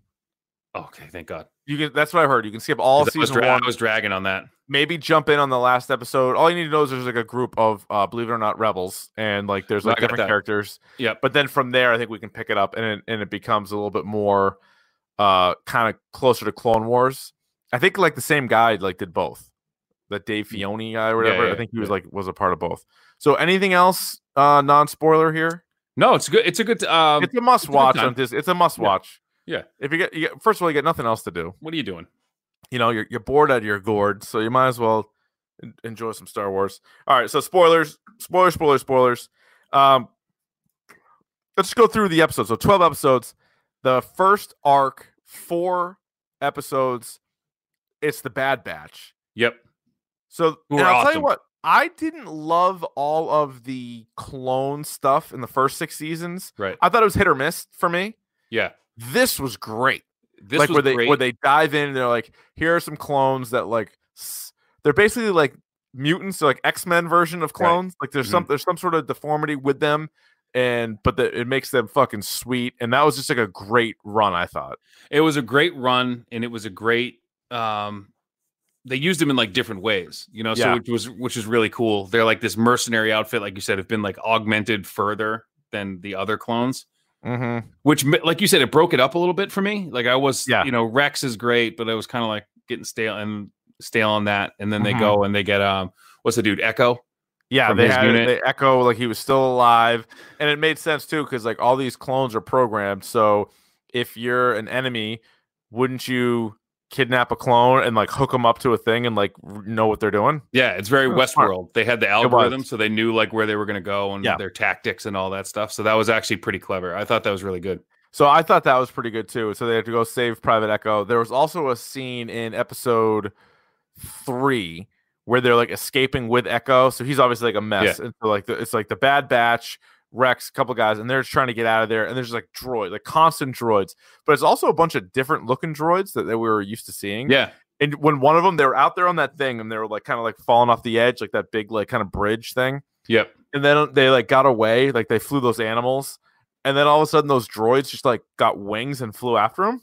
[SPEAKER 4] Okay, thank God.
[SPEAKER 3] You can. That's what I heard. You can skip all
[SPEAKER 4] 'Cause I was,
[SPEAKER 3] season
[SPEAKER 4] dra-
[SPEAKER 3] one.
[SPEAKER 4] I was dragging on that.
[SPEAKER 3] Maybe jump in on the last episode. All you need to know is there's like a group of, uh, believe it or not, rebels, and like there's
[SPEAKER 4] No,
[SPEAKER 3] like
[SPEAKER 4] I got
[SPEAKER 3] different
[SPEAKER 4] that.
[SPEAKER 3] characters.
[SPEAKER 4] Yep.
[SPEAKER 3] But then from there, I think we can pick it up, and it, and it becomes a little bit more uh kind of closer to Clone Wars. I think like the same guy like did both. That Dave Fioni guy or whatever.
[SPEAKER 4] Mm. yeah,
[SPEAKER 3] I think he was
[SPEAKER 4] yeah.
[SPEAKER 3] like was a part of both. So anything else uh non spoiler here?
[SPEAKER 4] No, it's good. It's a good. Um,
[SPEAKER 3] it's a must
[SPEAKER 4] it's a good
[SPEAKER 3] watch
[SPEAKER 4] time.
[SPEAKER 3] on this. It's a must
[SPEAKER 4] Yeah.
[SPEAKER 3] watch.
[SPEAKER 4] Yeah.
[SPEAKER 3] If you get, you get first of all, you got nothing else to do.
[SPEAKER 4] what are you doing?
[SPEAKER 3] You know, you're you're bored out of your gourd, so you might as well en- enjoy some Star Wars. All right, so spoilers, spoilers, spoilers, spoilers. Um let's go through the episodes. So 12 episodes. The first arc, four episodes. It's the Bad Batch.
[SPEAKER 4] Yep.
[SPEAKER 3] So
[SPEAKER 4] Who
[SPEAKER 3] and
[SPEAKER 4] are
[SPEAKER 3] I'll tell you
[SPEAKER 4] awesome.
[SPEAKER 3] what, I didn't love all of the clone stuff in the first six seasons.
[SPEAKER 4] Right.
[SPEAKER 3] I thought it was hit or miss for me.
[SPEAKER 4] Yeah.
[SPEAKER 3] This was great.
[SPEAKER 4] This
[SPEAKER 3] like
[SPEAKER 4] was
[SPEAKER 3] where they
[SPEAKER 4] great.
[SPEAKER 3] where they dive in and they're like, here are some clones that like s- they're basically like mutants, so like X Men version of clones. Like
[SPEAKER 4] Mm-hmm.
[SPEAKER 3] there's some there's some sort of deformity with them, and but the, it makes them fucking sweet. And that was just like a great run. I thought.
[SPEAKER 4] it was a great run and it was a great um they used him in like different ways you know so
[SPEAKER 3] Yeah.
[SPEAKER 4] which was which is really cool they're like this mercenary outfit like you said have been like augmented further than the other clones
[SPEAKER 3] Mm-hmm.
[SPEAKER 4] which ma- like you said it broke it up a little bit for me like i was
[SPEAKER 3] Yeah.
[SPEAKER 4] you know rex is great but i was kind of like getting stale and stale on that and then
[SPEAKER 3] Mhm.
[SPEAKER 4] they go and they get um what's the dude echo
[SPEAKER 3] Yeah,
[SPEAKER 4] From
[SPEAKER 3] they
[SPEAKER 4] his
[SPEAKER 3] had
[SPEAKER 4] unit.
[SPEAKER 3] they echo like he was still alive, and it made sense too because like all these clones are programmed. So if you're an enemy, wouldn't you kidnap a clone and like hook them up to a thing and like r- know what they're doing?
[SPEAKER 4] yeah it's very
[SPEAKER 3] It was smart.
[SPEAKER 4] westworld they had the
[SPEAKER 3] was.
[SPEAKER 4] algorithm so they knew like where they were going to go and
[SPEAKER 3] Yeah.
[SPEAKER 4] their tactics and all that stuff so that was actually pretty clever i thought that was really good
[SPEAKER 3] So I thought that was pretty good too. So they had to go save Private Echo. There was also a scene in episode three where they're like escaping with Echo. So he's obviously like a mess. And so like the, it's like the Bad Batch, Rex, a couple guys, and they're just trying to get out of there. And there's like droid, like constant droids, but it's also a bunch of different looking droids that, that we were used to seeing.
[SPEAKER 4] yeah
[SPEAKER 3] And when one of them, they were out there on that thing, and they were like kind of like falling off the edge, like that big like kind of bridge thing
[SPEAKER 4] yep
[SPEAKER 3] and then they like got away, like they flew those animals, and then all of a sudden those droids just like got wings and flew after him.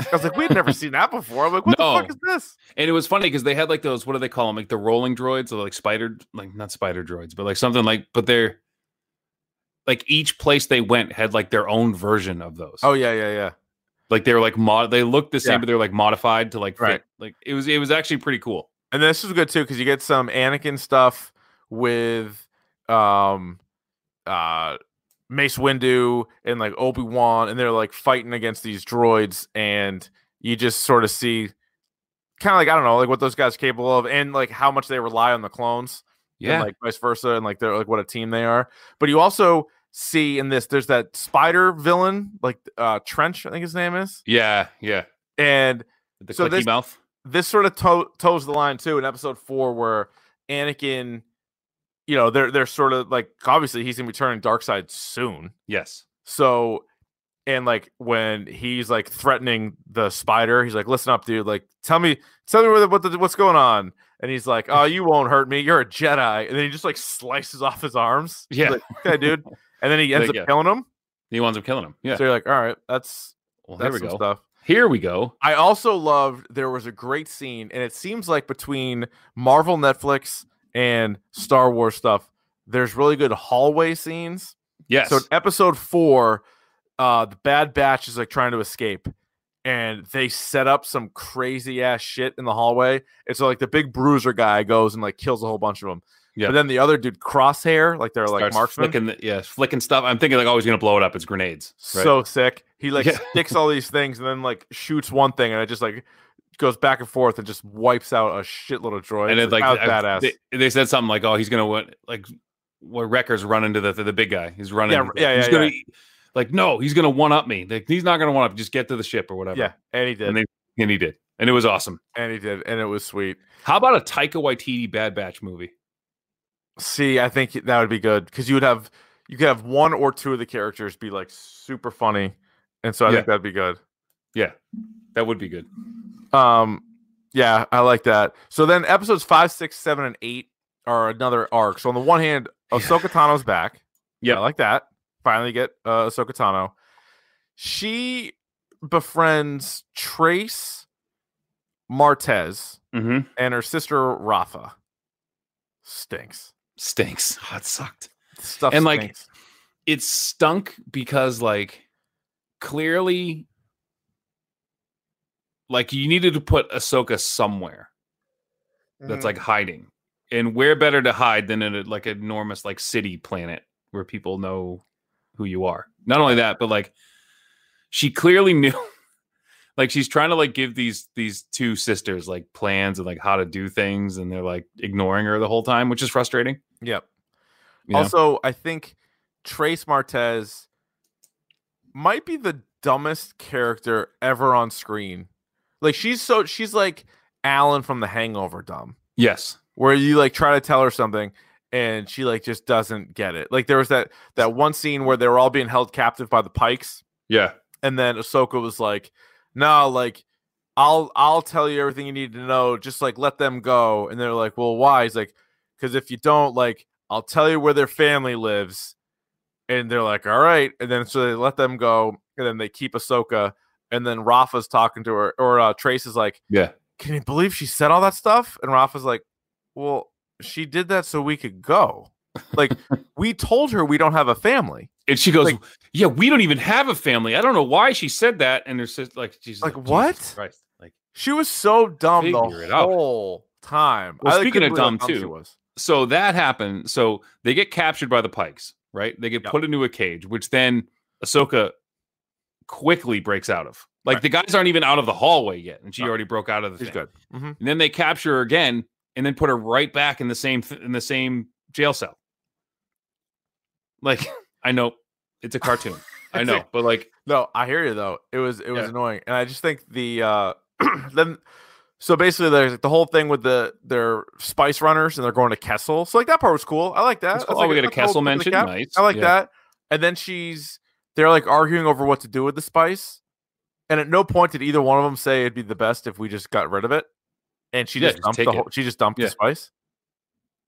[SPEAKER 3] I was like, we'd never seen that before. I'm like, what the fuck is
[SPEAKER 4] No.
[SPEAKER 3] this?
[SPEAKER 4] And it was funny because they had like those, what do they call them? Like the rolling droids or like spider, like not spider droids, but like something like, but they're like each place they went had like their own version of those.
[SPEAKER 3] Oh yeah, yeah, yeah.
[SPEAKER 4] like they were like mod, they looked the same,
[SPEAKER 3] Yeah.
[SPEAKER 4] but they were like modified to like, fit.
[SPEAKER 3] Right.
[SPEAKER 4] Like it was, it was actually pretty cool.
[SPEAKER 3] And this is good too because you get some Anakin stuff with um uh Mace Windu and like Obi Wan, and they're like fighting against these droids, and you just sort of see kind of like I don't know, like what those guys are capable of, and like how much they rely on the clones.
[SPEAKER 4] Yeah.
[SPEAKER 3] and like vice versa, and like they're like what a team they are. But you also see in this, there's that spider villain, like uh Trench, I think his name is,
[SPEAKER 4] yeah. Yeah.
[SPEAKER 3] and
[SPEAKER 4] The
[SPEAKER 3] So
[SPEAKER 4] clicky
[SPEAKER 3] this-
[SPEAKER 4] mouth.
[SPEAKER 3] this sort of to- toes the line too in episode four, where Anakin, you know, they're they're sort of like obviously he's gonna be turning dark side soon,
[SPEAKER 4] Yes.
[SPEAKER 3] so, and like when he's like threatening the spider, he's like, "Listen up, dude. Like, tell me, tell me what the, what the, what's going on." And he's like, "Oh, you won't hurt me. You're a Jedi." And then he just like slices off his arms. He's
[SPEAKER 4] Yeah.
[SPEAKER 3] like, okay, dude. And then he ends
[SPEAKER 4] Like,
[SPEAKER 3] up
[SPEAKER 4] yeah.
[SPEAKER 3] killing him.
[SPEAKER 4] He winds up killing him. Yeah.
[SPEAKER 3] So you're like, "All right, that's
[SPEAKER 4] well,
[SPEAKER 3] that's
[SPEAKER 4] here we
[SPEAKER 3] some
[SPEAKER 4] go.
[SPEAKER 3] stuff."
[SPEAKER 4] Here we go.
[SPEAKER 3] I also loved there was a great scene, and it seems like between Marvel Netflix and Star Wars stuff, there's really good hallway scenes.
[SPEAKER 4] Yes.
[SPEAKER 3] So in episode four, uh, the Bad Batch is like trying to escape, and they set up some crazy ass shit in the hallway. And so like the big bruiser guy goes and like kills a whole bunch of them.
[SPEAKER 4] Yeah.
[SPEAKER 3] But then the other dude, Crosshair, like they're like
[SPEAKER 4] Starts
[SPEAKER 3] marksman,
[SPEAKER 4] flicking, the, yeah, flicking stuff. I'm thinking like, oh, he's gonna blow it up. It's grenades. Right.
[SPEAKER 3] so sick. He like
[SPEAKER 4] Yeah.
[SPEAKER 3] sticks all these things and then like shoots one thing, and it just like goes back and forth and just wipes out a shitload of droids.
[SPEAKER 4] and it's like
[SPEAKER 3] that was
[SPEAKER 4] I-
[SPEAKER 3] badass.
[SPEAKER 4] They, they said something like, "Oh, he's gonna what like what Wrecker's running to the the big guy. He's running.
[SPEAKER 3] Yeah, yeah,
[SPEAKER 4] he's
[SPEAKER 3] yeah,
[SPEAKER 4] gonna, e, Like no, he's gonna one up me. Like he's not gonna one up. Just get to the ship or whatever.
[SPEAKER 3] yeah, and he did,
[SPEAKER 4] And
[SPEAKER 3] and,
[SPEAKER 4] they- and he did, and it was awesome.
[SPEAKER 3] he did, and it was sweet.
[SPEAKER 4] How about a Taika Waititi Bad Batch movie?
[SPEAKER 3] See, I think that would be good because you would have you could have one or two of the characters be like super funny, and so I
[SPEAKER 4] Yeah.
[SPEAKER 3] think that'd be good.
[SPEAKER 4] Yeah, that would be good.
[SPEAKER 3] Um, yeah, I like that. So then episodes five, six, seven, and eight are another arc. So on the one hand,
[SPEAKER 4] Yeah.
[SPEAKER 3] Ahsoka Tano's back.
[SPEAKER 4] Yeah.
[SPEAKER 3] I like that. Finally get uh, Ahsoka Tano. She befriends Trace Martez
[SPEAKER 4] Mm-hmm.
[SPEAKER 3] and her sister Rafa. Stinks.
[SPEAKER 4] Stinks. Oh, it sucked.
[SPEAKER 3] Stuff
[SPEAKER 4] And, like,
[SPEAKER 3] stinks.
[SPEAKER 4] It stunk because like clearly Like you needed to put Ahsoka somewhere that's like hiding, and where better to hide than in a, like enormous like city planet where people know who you are. Not only that, but like she clearly knew. Like she's trying to like give these these two sisters like plans and like how to do things, and they're like ignoring her the whole time, which is frustrating.
[SPEAKER 3] Yep.
[SPEAKER 4] you know?
[SPEAKER 3] Also, I think Trace Martez might be the dumbest character ever on screen. Like she's so she's like Alan from The Hangover dumb,
[SPEAKER 4] yes,
[SPEAKER 3] where you like try to tell her something and she like just doesn't get it. Like there was that that one scene where they were all being held captive by the pikes
[SPEAKER 4] yeah,
[SPEAKER 3] and then Ahsoka was like, "No, like I'll I'll tell you everything you need to know. Just like let them go." And they're like, "Well, why?" He's like, "Because if you don't, like, I'll tell you where their family lives." And they're like, "All right." And then so they let them go, and then they keep Ahsoka. And then Rafa's talking to her, or uh, Trace is like,
[SPEAKER 4] yeah.
[SPEAKER 3] "Can you believe she said all that stuff?" And Rafa's like, "Well, she did that so we could go. Like, we told her we don't have a family."
[SPEAKER 4] And she goes,
[SPEAKER 3] Like-
[SPEAKER 4] "Yeah, we don't even have a family. I don't know why she said that." And there's just like, she's
[SPEAKER 3] Like,
[SPEAKER 4] "Jesus
[SPEAKER 3] what?"
[SPEAKER 4] Christ. Like,
[SPEAKER 3] She was so dumb the
[SPEAKER 4] Figure it out.
[SPEAKER 3] whole time.
[SPEAKER 4] Well,
[SPEAKER 3] I, like,
[SPEAKER 4] speaking
[SPEAKER 3] couldn't
[SPEAKER 4] of
[SPEAKER 3] believe how
[SPEAKER 4] dumb,
[SPEAKER 3] she
[SPEAKER 4] too.
[SPEAKER 3] was.
[SPEAKER 4] so that happened. So they get captured by the Pikes, right? They get
[SPEAKER 3] Yep.
[SPEAKER 4] put into a cage, which then Ahsoka quickly breaks out of. Like
[SPEAKER 3] Right.
[SPEAKER 4] the guys aren't even out of the hallway yet, and she
[SPEAKER 3] No.
[SPEAKER 4] already broke out of the
[SPEAKER 3] She's
[SPEAKER 4] thing.
[SPEAKER 3] good. Mhm.
[SPEAKER 4] And then they capture her again, and then put her right back in the same th- in the same jail cell. Like I know it's a cartoon, I
[SPEAKER 3] It's
[SPEAKER 4] know,
[SPEAKER 3] a-
[SPEAKER 4] but like
[SPEAKER 3] No, I hear you though. It was it was
[SPEAKER 4] Yeah.
[SPEAKER 3] annoying, and I just think the uh then so basically there's like, the whole thing with the their spice runners and they're going to Kessel. So like that part was cool. I like that.
[SPEAKER 4] that's
[SPEAKER 3] That's
[SPEAKER 4] cool. oh,
[SPEAKER 3] like
[SPEAKER 4] we got a
[SPEAKER 3] that's whole
[SPEAKER 4] Kessel
[SPEAKER 3] tip of the
[SPEAKER 4] mention.
[SPEAKER 3] cap.
[SPEAKER 4] Nice,
[SPEAKER 3] I like
[SPEAKER 4] Yeah.
[SPEAKER 3] that. And then she's they're like arguing over what to do with the spice, and at no point did either one of them say it'd be the best if we just got rid of it. And she
[SPEAKER 4] Yeah,
[SPEAKER 3] just
[SPEAKER 4] just
[SPEAKER 3] dumped
[SPEAKER 4] take
[SPEAKER 3] the
[SPEAKER 4] it.
[SPEAKER 3] whole, she just dumped
[SPEAKER 4] Yeah.
[SPEAKER 3] the spice.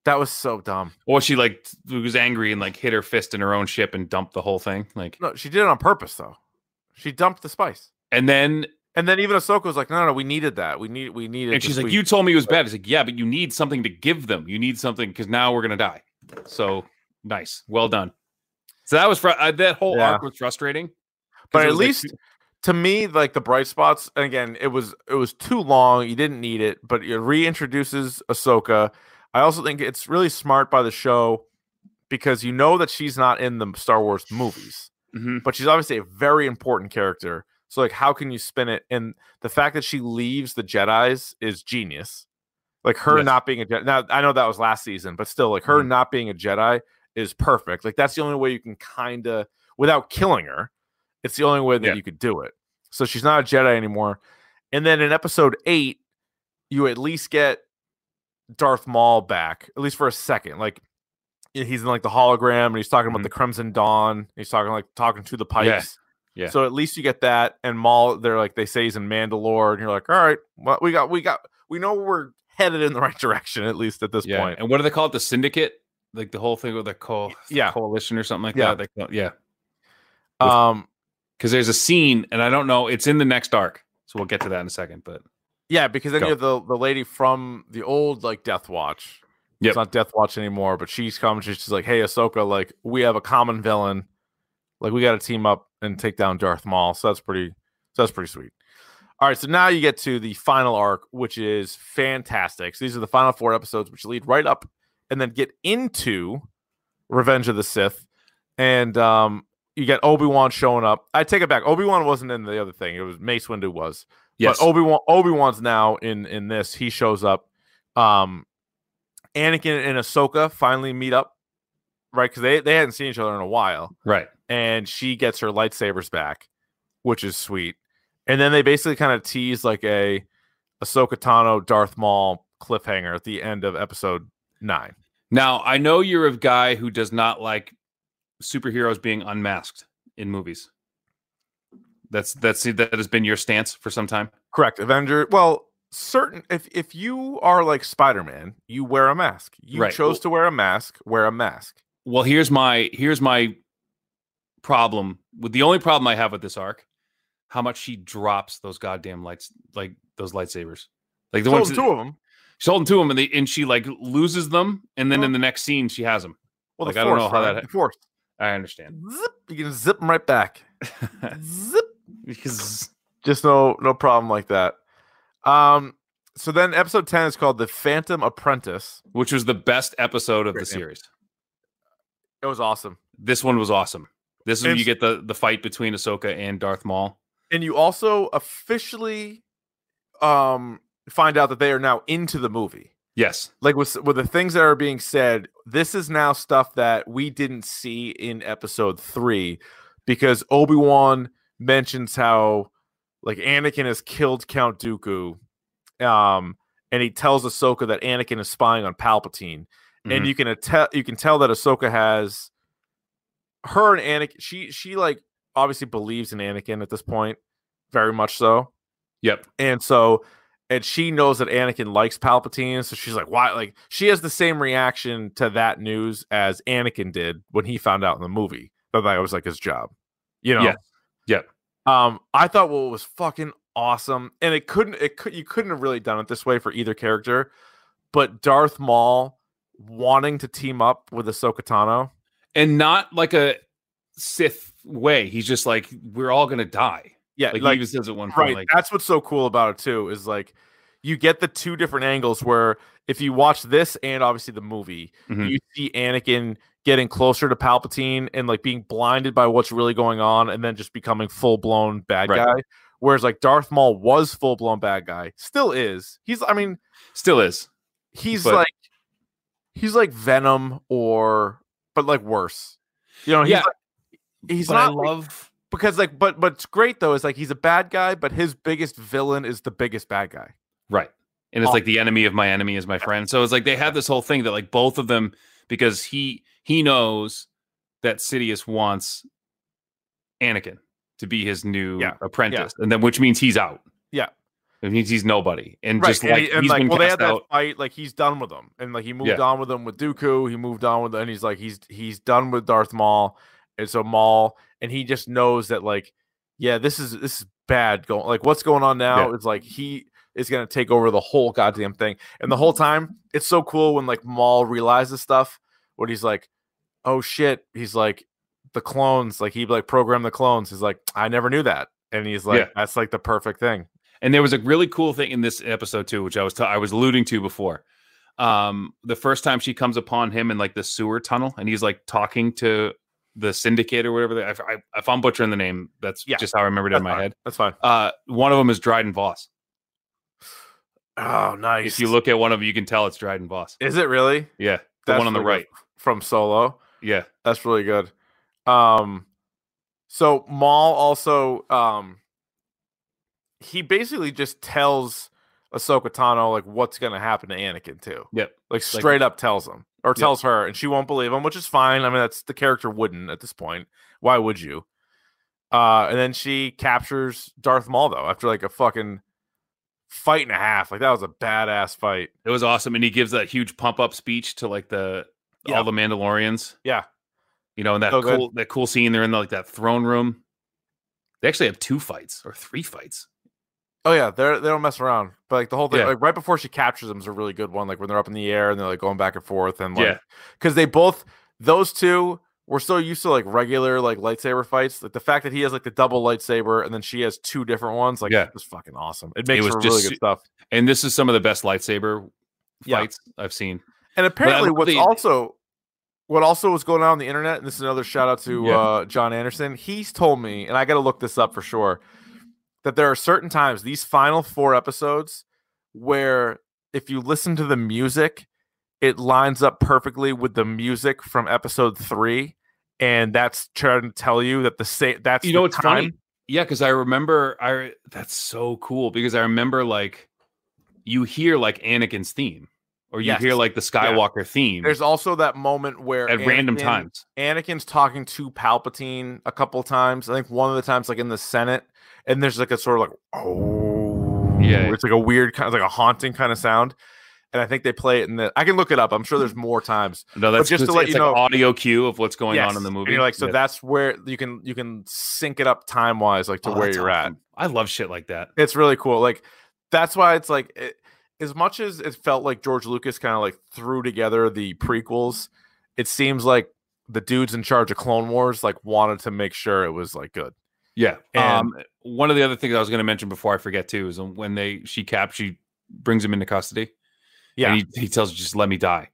[SPEAKER 3] That was so dumb.
[SPEAKER 4] Or she like t- was angry and like hit her fist in her own ship and dumped the whole thing. Like,
[SPEAKER 3] No, she did it on purpose though. She dumped the spice.
[SPEAKER 4] and then
[SPEAKER 3] And then even Ahsoka was like, no, no, no, we needed that. We need we needed
[SPEAKER 4] and
[SPEAKER 3] the
[SPEAKER 4] she's like,
[SPEAKER 3] sweet."
[SPEAKER 4] "You told me it was bad." It's like, "Yeah, but you need something to give them. You need something because now we're gonna die." So nice, well done. So that was fr- uh, that whole
[SPEAKER 3] Yeah.
[SPEAKER 4] arc was frustrating. 'Cause
[SPEAKER 3] But
[SPEAKER 4] it
[SPEAKER 3] at
[SPEAKER 4] was like-
[SPEAKER 3] least to me, like the bright spots, and again, it was it was too long. You didn't need it, but it reintroduces Ahsoka. I also think it's really smart by the show because you know that she's not in the Star Wars movies,
[SPEAKER 4] Mhm.
[SPEAKER 3] but she's obviously a very important character. So like, how can you spin it? And the fact that she leaves the Jedi's is genius. Like her
[SPEAKER 4] Yes.
[SPEAKER 3] not being a Jedi. Now I know that was last season, but still, like her
[SPEAKER 4] Mhm.
[SPEAKER 3] not being a Jedi is perfect. Like that's the only way you can kind of without killing her. It's the only way that
[SPEAKER 4] Yeah.
[SPEAKER 3] you could do it. So she's not a Jedi anymore. And then in episode eight, you at least get Darth Maul back, at least for a second. Like y- he's in like the hologram and he's talking about
[SPEAKER 4] Mhm.
[SPEAKER 3] the Crimson Dawn. and he's talking like talking to the pipes.
[SPEAKER 4] Yeah.
[SPEAKER 3] So at least you get that. And Maul, they're like they say he's in Mandalore, and you're like, all right, well, we got we got we know we're headed in the right direction, at least at this
[SPEAKER 4] yeah.
[SPEAKER 3] point.
[SPEAKER 4] And what do they call it? The syndicate, like the whole thing with the co-
[SPEAKER 3] Yeah.
[SPEAKER 4] coalition or something like
[SPEAKER 3] Yeah.
[SPEAKER 4] that. They call- yeah, with-
[SPEAKER 3] Um
[SPEAKER 4] because there's a scene, and I don't know. It's in the next arc, so we'll get to that in a second. But
[SPEAKER 3] yeah, because then
[SPEAKER 4] Go.
[SPEAKER 3] you have the, the lady from the old like Death Watch.
[SPEAKER 4] Yep.
[SPEAKER 3] It's not Death Watch anymore, but she's coming. She's just like, hey, Ahsoka, like we have a common villain. Like we got to team up and take down Darth Maul. So that's pretty. So that's pretty sweet. All right, so now you get to the final arc, which is fantastic. So these are the final four episodes, which lead right up and then get into Revenge of the Sith, and um, you get Obi Wan showing up. I take it back. Obi Wan wasn't in the other thing. It was Mace Windu was.
[SPEAKER 4] yes,
[SPEAKER 3] But Obi Wan Obi Wan's now in in this. He shows up. Um, Anakin and Ahsoka finally meet up, right? Because they they hadn't seen each other in a while,
[SPEAKER 4] right.
[SPEAKER 3] and she gets her lightsabers back, which is sweet. And then they basically kind of tease like a Ahsoka Tano Darth Maul cliffhanger at the end of episode nine.
[SPEAKER 4] Now, I know you're a guy who does not like superheroes being unmasked in movies. That's that's that has been your stance for some time.
[SPEAKER 3] Correct. Avenger. Well, certain if if you are like Spider Man, you wear a mask. You
[SPEAKER 4] Right.
[SPEAKER 3] chose
[SPEAKER 4] Well-
[SPEAKER 3] to wear a mask. Wear a mask.
[SPEAKER 4] Well, here's my here's my problem with the only problem I have with this arc, how much she drops those goddamn lights like those lightsabers. Like the
[SPEAKER 3] Sold
[SPEAKER 4] ones
[SPEAKER 3] two of them.
[SPEAKER 4] she's holding to him and they and she like loses them and then in the next scene she has them.
[SPEAKER 3] Well,
[SPEAKER 4] Like, I don't know how
[SPEAKER 3] right?
[SPEAKER 4] that-
[SPEAKER 3] The force.
[SPEAKER 4] I understand.
[SPEAKER 3] Zip. You can zip them right back. Zip.
[SPEAKER 4] because
[SPEAKER 3] Just no, no problem like that. Um, so then episode 10 is called The Phantom Apprentice.
[SPEAKER 4] which was the best episode of the
[SPEAKER 3] Great name.
[SPEAKER 4] series.
[SPEAKER 3] It was awesome.
[SPEAKER 4] This one was awesome. This is when
[SPEAKER 3] It's-
[SPEAKER 4] you get the the fight between Ahsoka and Darth Maul.
[SPEAKER 3] And you also officially um find out that they are now into the movie.
[SPEAKER 4] Yes,
[SPEAKER 3] Like with s- with the things that are being said, this is now stuff that we didn't see in episode 3 because Obi-Wan mentions how like Anakin has killed Count Dooku. Um and he tells Ahsoka that Anakin is spying on Palpatine. and
[SPEAKER 4] Mhm.
[SPEAKER 3] you can tell you can tell that Ahsoka has her and Anakin. She she like obviously believes in Anakin at this point, very much so.
[SPEAKER 4] yep,
[SPEAKER 3] And so, and she knows that Anakin likes Palpatine, so she's like, why? Like she has the same reaction to that news as Anakin did when he found out in the movie that that was like his job. You know.
[SPEAKER 4] Yeah. Yep.
[SPEAKER 3] Um, I thought what was fucking awesome, and it couldn't, it could, you couldn't have really done it this way for either character, but Darth Maul wanting to team up with Ahsoka Tano.
[SPEAKER 4] and not like a Sith way. He's just like we're all gonna die.
[SPEAKER 3] Yeah,
[SPEAKER 4] Like,
[SPEAKER 3] like
[SPEAKER 4] he even says at one point,
[SPEAKER 3] right.
[SPEAKER 4] like
[SPEAKER 3] That's what's so cool about it too is like you get the two different angles where if you watch this and obviously the movie,
[SPEAKER 4] Mhm.
[SPEAKER 3] you see Anakin getting closer to Palpatine and like being blinded by what's really going on and then just becoming full blown bad
[SPEAKER 4] Right.
[SPEAKER 3] guy. Whereas like Darth Maul was full blown bad guy, still is. He's I mean
[SPEAKER 4] still is.
[SPEAKER 3] he's
[SPEAKER 4] But-
[SPEAKER 3] like he's like Venom or but like worse. You know, he's
[SPEAKER 4] Yeah.
[SPEAKER 3] like- he's
[SPEAKER 4] but
[SPEAKER 3] not
[SPEAKER 4] I
[SPEAKER 3] like-
[SPEAKER 4] love
[SPEAKER 3] because like but what's great though is like he's a bad guy but his biggest villain is the biggest bad guy
[SPEAKER 4] right, and it's like the enemy of my enemy is my friend. So it's like they have this whole thing that like both of them because he he knows that Sidious wants Anakin to be his new
[SPEAKER 3] Yeah,
[SPEAKER 4] apprentice, and then which means he's out.
[SPEAKER 3] Yeah.
[SPEAKER 4] It means he's nobody, and just
[SPEAKER 3] and,
[SPEAKER 4] like
[SPEAKER 3] he-
[SPEAKER 4] he's
[SPEAKER 3] and, like,
[SPEAKER 4] been
[SPEAKER 3] well they had
[SPEAKER 4] cast
[SPEAKER 3] that
[SPEAKER 4] out.
[SPEAKER 3] fight like he's done with them and like he moved
[SPEAKER 4] Yeah.
[SPEAKER 3] on with them with Dooku he moved on with and he's like he's he's done with Darth Maul and so Maul and he just knows that like yeah this is this is bad going like what's going on now is like he is gonna take over the whole goddamn thing and the whole
[SPEAKER 4] Mm-hmm.
[SPEAKER 3] time it's so cool when like Maul realizes stuff when he's like oh shit he's like the clones like he like programmed the clones he's like I never knew that and he's like
[SPEAKER 4] Yeah.
[SPEAKER 3] that's like the perfect thing
[SPEAKER 4] And there was a really cool thing in this episode too, which I was t- I was alluding to before. Um, the first time she comes upon him in like the sewer tunnel, and he's like talking to the syndicate or whatever. They, if, I, if I'm butchering the name, that's
[SPEAKER 3] Yeah.
[SPEAKER 4] just how I remembered it in
[SPEAKER 3] That's
[SPEAKER 4] my
[SPEAKER 3] fine.
[SPEAKER 4] head.
[SPEAKER 3] that's fine
[SPEAKER 4] Uh, one of them is Dryden Voss.
[SPEAKER 3] oh nice
[SPEAKER 4] If you look at one of them, you can tell it's Dryden Voss.
[SPEAKER 3] Is it really?
[SPEAKER 4] Yeah, the
[SPEAKER 3] That's
[SPEAKER 4] one on the
[SPEAKER 3] really
[SPEAKER 4] right.
[SPEAKER 3] good. from Solo.
[SPEAKER 4] Yeah,
[SPEAKER 3] That's really good. Um, so Maul also um, he basically just tells Ahsoka Tano like what's gonna happen to Anakin too.
[SPEAKER 4] Yep.
[SPEAKER 3] Like straight up tells him or tells her, and she won't believe him, which is fine. I mean, that's the character wouldn't at this point. Why would you? Uh, and then she captures Darth Maul though after like a fucking fight and a half. Like that was a badass fight.
[SPEAKER 4] it was awesome, and he gives that huge pump up speech to like the
[SPEAKER 3] Yeah.
[SPEAKER 4] all the Mandalorians.
[SPEAKER 3] Yeah.
[SPEAKER 4] you know, and that
[SPEAKER 3] So good.
[SPEAKER 4] cool that cool scene. They're in like that throne room. They actually have two fights or three fights.
[SPEAKER 3] Oh yeah, they are they don't mess around. But like the whole thing,
[SPEAKER 4] Yeah.
[SPEAKER 3] like right before she captures them is a really good one. Like when they're up in the air and they're like going back and forth and like
[SPEAKER 4] Yeah.
[SPEAKER 3] because they both those two were so used to like regular like lightsaber fights. Like the fact that he has like the double lightsaber and then she has two different ones, like
[SPEAKER 4] Yeah.
[SPEAKER 3] it's fucking awesome. It makes
[SPEAKER 4] was
[SPEAKER 3] for
[SPEAKER 4] just
[SPEAKER 3] really good
[SPEAKER 4] su-
[SPEAKER 3] stuff.
[SPEAKER 4] and this is some of the best lightsaber
[SPEAKER 3] Yeah.
[SPEAKER 4] fights I've seen.
[SPEAKER 3] And apparently,
[SPEAKER 4] love
[SPEAKER 3] what's
[SPEAKER 4] the-
[SPEAKER 3] also what also was going on on the internet, and this is another shout out to
[SPEAKER 4] Yeah.
[SPEAKER 3] uh, John Anderson. He's told me, and I got to look this up for sure, that there are certain times these final four episodes where if you listen to the music, it lines up perfectly with the music from episode three, and that's trying to tell you that the same. That's
[SPEAKER 4] You know
[SPEAKER 3] the
[SPEAKER 4] what's
[SPEAKER 3] time.
[SPEAKER 4] funny? Yeah, because I remember I that's so cool because I remember like you hear like Anakin's theme or you
[SPEAKER 3] Yes.
[SPEAKER 4] hear like the Skywalker theme
[SPEAKER 3] There's also that moment where
[SPEAKER 4] at random
[SPEAKER 3] Anakin-
[SPEAKER 4] times.
[SPEAKER 3] Anakin's talking to Palpatine a couple times. I think one of the times, like in the Senate, and there's like a sort of like, oh,
[SPEAKER 4] Yeah.
[SPEAKER 3] it's like a weird kind of like a haunting kind of sound. And I think they play it in the. I can look it up. I'm sure there's more times.
[SPEAKER 4] No, that's
[SPEAKER 3] just to
[SPEAKER 4] it's-
[SPEAKER 3] let
[SPEAKER 4] it's
[SPEAKER 3] you
[SPEAKER 4] like
[SPEAKER 3] know-
[SPEAKER 4] audio cue of what's going on
[SPEAKER 3] Yes.
[SPEAKER 4] in the
[SPEAKER 3] And
[SPEAKER 4] movie.
[SPEAKER 3] you're like, so
[SPEAKER 4] Yeah.
[SPEAKER 3] that's where you can you can sync it up time wise, like to
[SPEAKER 4] Oh,
[SPEAKER 3] where
[SPEAKER 4] that's
[SPEAKER 3] you're at.
[SPEAKER 4] awesome. I love shit like that.
[SPEAKER 3] It's really cool. Like that's why it's like it, as much as it felt like George Lucas kind of like threw together the prequels, it seems like the dudes in charge of Clone Wars like wanted to make sure it was like good.
[SPEAKER 4] Yeah.
[SPEAKER 6] And-
[SPEAKER 4] um, one of the other things I was going to mention before I forget too is when they she cap she brings him into custody.
[SPEAKER 3] Yeah.
[SPEAKER 4] And he, he tells her, just let me die.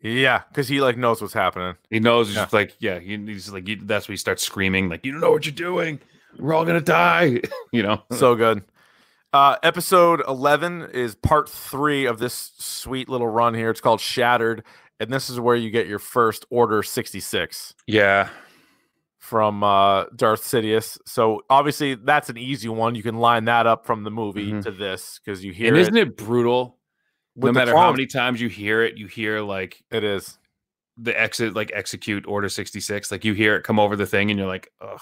[SPEAKER 3] Yeah, because he like knows what's happening.
[SPEAKER 4] He knows. He's just like yeah. He, he's like you, that's when he starts screaming like you don't know what you're doing. We're all gonna die. you know.
[SPEAKER 3] So good. Uh, episode 11 is part three of this sweet little run here. It's called Shattered. And this is where you get your first Order 66
[SPEAKER 4] yeah.
[SPEAKER 3] from uh, Darth Sidious. So obviously, that's an easy one. You can line that up from the movie
[SPEAKER 4] Mhm.
[SPEAKER 3] to this because you hear
[SPEAKER 4] And isn't
[SPEAKER 3] it.
[SPEAKER 4] it brutal?
[SPEAKER 3] with
[SPEAKER 4] no
[SPEAKER 3] the
[SPEAKER 4] matter how
[SPEAKER 3] clones.
[SPEAKER 4] many times you hear it, you hear like
[SPEAKER 3] It is.
[SPEAKER 4] the exit like execute order 66 like you hear it come over the thing and you're like ugh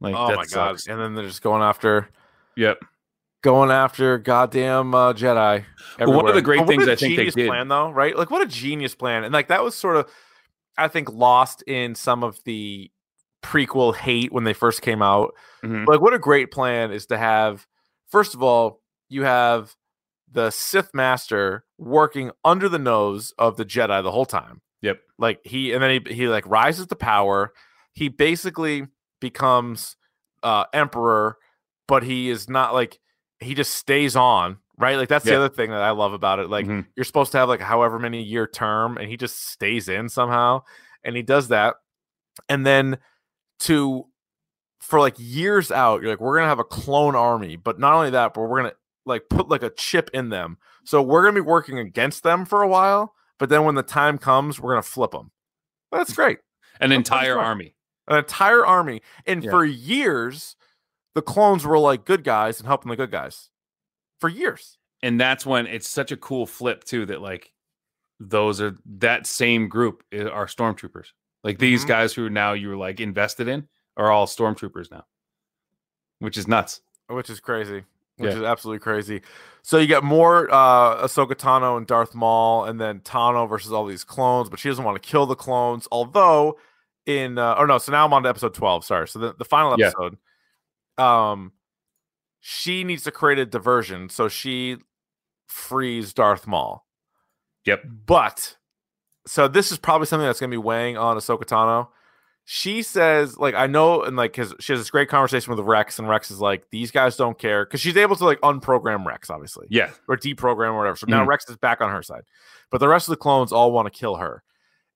[SPEAKER 4] like
[SPEAKER 3] oh
[SPEAKER 4] that
[SPEAKER 3] my
[SPEAKER 4] sucks.
[SPEAKER 3] god! And then they're just going after,
[SPEAKER 4] yep
[SPEAKER 3] going after goddamn uh, Jedi.
[SPEAKER 4] But one
[SPEAKER 3] everywhere.
[SPEAKER 4] of the great
[SPEAKER 3] But what
[SPEAKER 4] things
[SPEAKER 3] a
[SPEAKER 4] i think they
[SPEAKER 3] genius
[SPEAKER 4] did
[SPEAKER 3] plan though, right? Like what a genius plan, and like that was sort of, I think, lost in some of the prequel hate when they first came out.
[SPEAKER 4] Mhm.
[SPEAKER 3] But, Like what a great plan is to have. First of all, you have the Sith Master working under the nose of the Jedi the whole time.
[SPEAKER 4] Yep.
[SPEAKER 3] Like he, and then he he like rises to power. He basically becomes uh emperor, but he is not like he just stays on. Right, like that's
[SPEAKER 4] Yeah.
[SPEAKER 3] the other thing that I love about it. Like,
[SPEAKER 4] Mhm.
[SPEAKER 3] you're supposed to have like however many year term and he just stays in somehow and he does that and then to for like years out you're like we're gonna have a clone army but not only that but we're gonna like put like a chip in them so we're gonna be working against them for a while but then when the time comes we're gonna flip them that's great
[SPEAKER 4] an
[SPEAKER 3] That's
[SPEAKER 4] entire
[SPEAKER 3] fine.
[SPEAKER 4] army
[SPEAKER 3] an entire army and
[SPEAKER 4] Yeah.
[SPEAKER 3] for years the clones were like good guys and helping the good guys for years
[SPEAKER 4] and that's when it's such a cool flip too that like those are that same group i- are stormtroopers like these
[SPEAKER 3] Mhm.
[SPEAKER 4] guys who now you're like invested in are all stormtroopers now which is nuts
[SPEAKER 3] which is crazy, which
[SPEAKER 4] Yeah.
[SPEAKER 3] is absolutely crazy. So you get more uh, Ahsoka Tano and Darth Maul, and then Tano versus all these clones, but she doesn't want to kill the clones. Although, in uh, oh no, so now I'm on to episode twelve. Sorry, so the, the final
[SPEAKER 4] Yeah.
[SPEAKER 3] episode, um, she needs to create a diversion, so she frees Darth Maul.
[SPEAKER 4] Yep.
[SPEAKER 3] But so this is probably something that's going to be weighing on Ahsoka Tano she says like i know and like because she has this great conversation with rex and rex is like these guys don't care because she's able to like unprogram rex obviously
[SPEAKER 4] yeah
[SPEAKER 3] or deprogram or whatever so now
[SPEAKER 4] Mhm.
[SPEAKER 3] rex is back on her side but the rest of the clones all want to kill her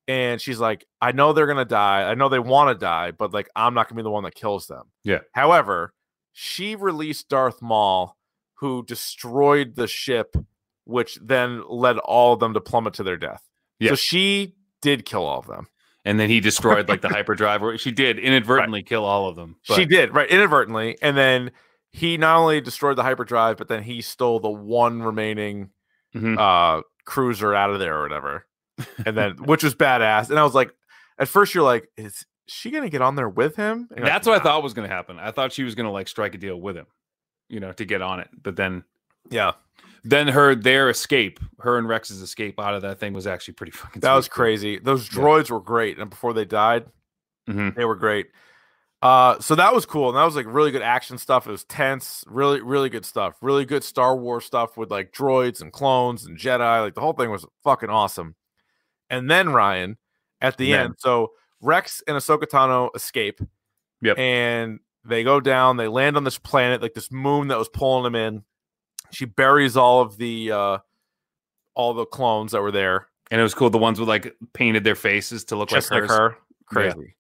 [SPEAKER 3] and she's like i know they're gonna die i know they want to die but like i'm not gonna be the one that kills them
[SPEAKER 4] Yeah.
[SPEAKER 3] however she released darth maul who destroyed the ship which then led all of them to plummet to their death
[SPEAKER 4] Yeah.
[SPEAKER 3] so she did kill all of them
[SPEAKER 4] and then he destroyed like the hyperdrive or she did inadvertently kill all of them
[SPEAKER 3] she did right inadvertently, and then he not only destroyed the hyperdrive, but then he stole the one remaining
[SPEAKER 4] Mhm.
[SPEAKER 3] uh cruiser out of there or whatever, and then which was badass. And I was like, at first you're like, is she gonna get on there with him? And you're like,
[SPEAKER 4] That's what
[SPEAKER 3] "Nah."
[SPEAKER 4] I thought was going to happen. I thought she was going to like strike a deal with him, you know, to get on it. But then,
[SPEAKER 3] Yeah,
[SPEAKER 4] then her their escape, her and Rex's escape out of that thing was actually pretty fucking.
[SPEAKER 3] that was
[SPEAKER 4] sweet, too.
[SPEAKER 3] crazy. Those
[SPEAKER 4] Yeah.
[SPEAKER 3] droids were great, and before they died,
[SPEAKER 4] Mhm.
[SPEAKER 3] they were great. Uh, so that was cool, and that was like really good action stuff. It was tense, really, really good stuff. Really good Star Wars stuff with like droids and clones and Jedi. Like the whole thing was fucking awesome. And then Ryan at the
[SPEAKER 4] Then.
[SPEAKER 3] end, so Rex and Ahsoka Tano escape.
[SPEAKER 4] Yep.
[SPEAKER 3] And they go down. They land on this planet, like this moon that was pulling them in. She buries all of the uh all the clones that were there
[SPEAKER 4] And it was cool. The ones with like painted their faces to look
[SPEAKER 3] just
[SPEAKER 4] like,
[SPEAKER 3] like,
[SPEAKER 4] hers.
[SPEAKER 3] her. Crazy.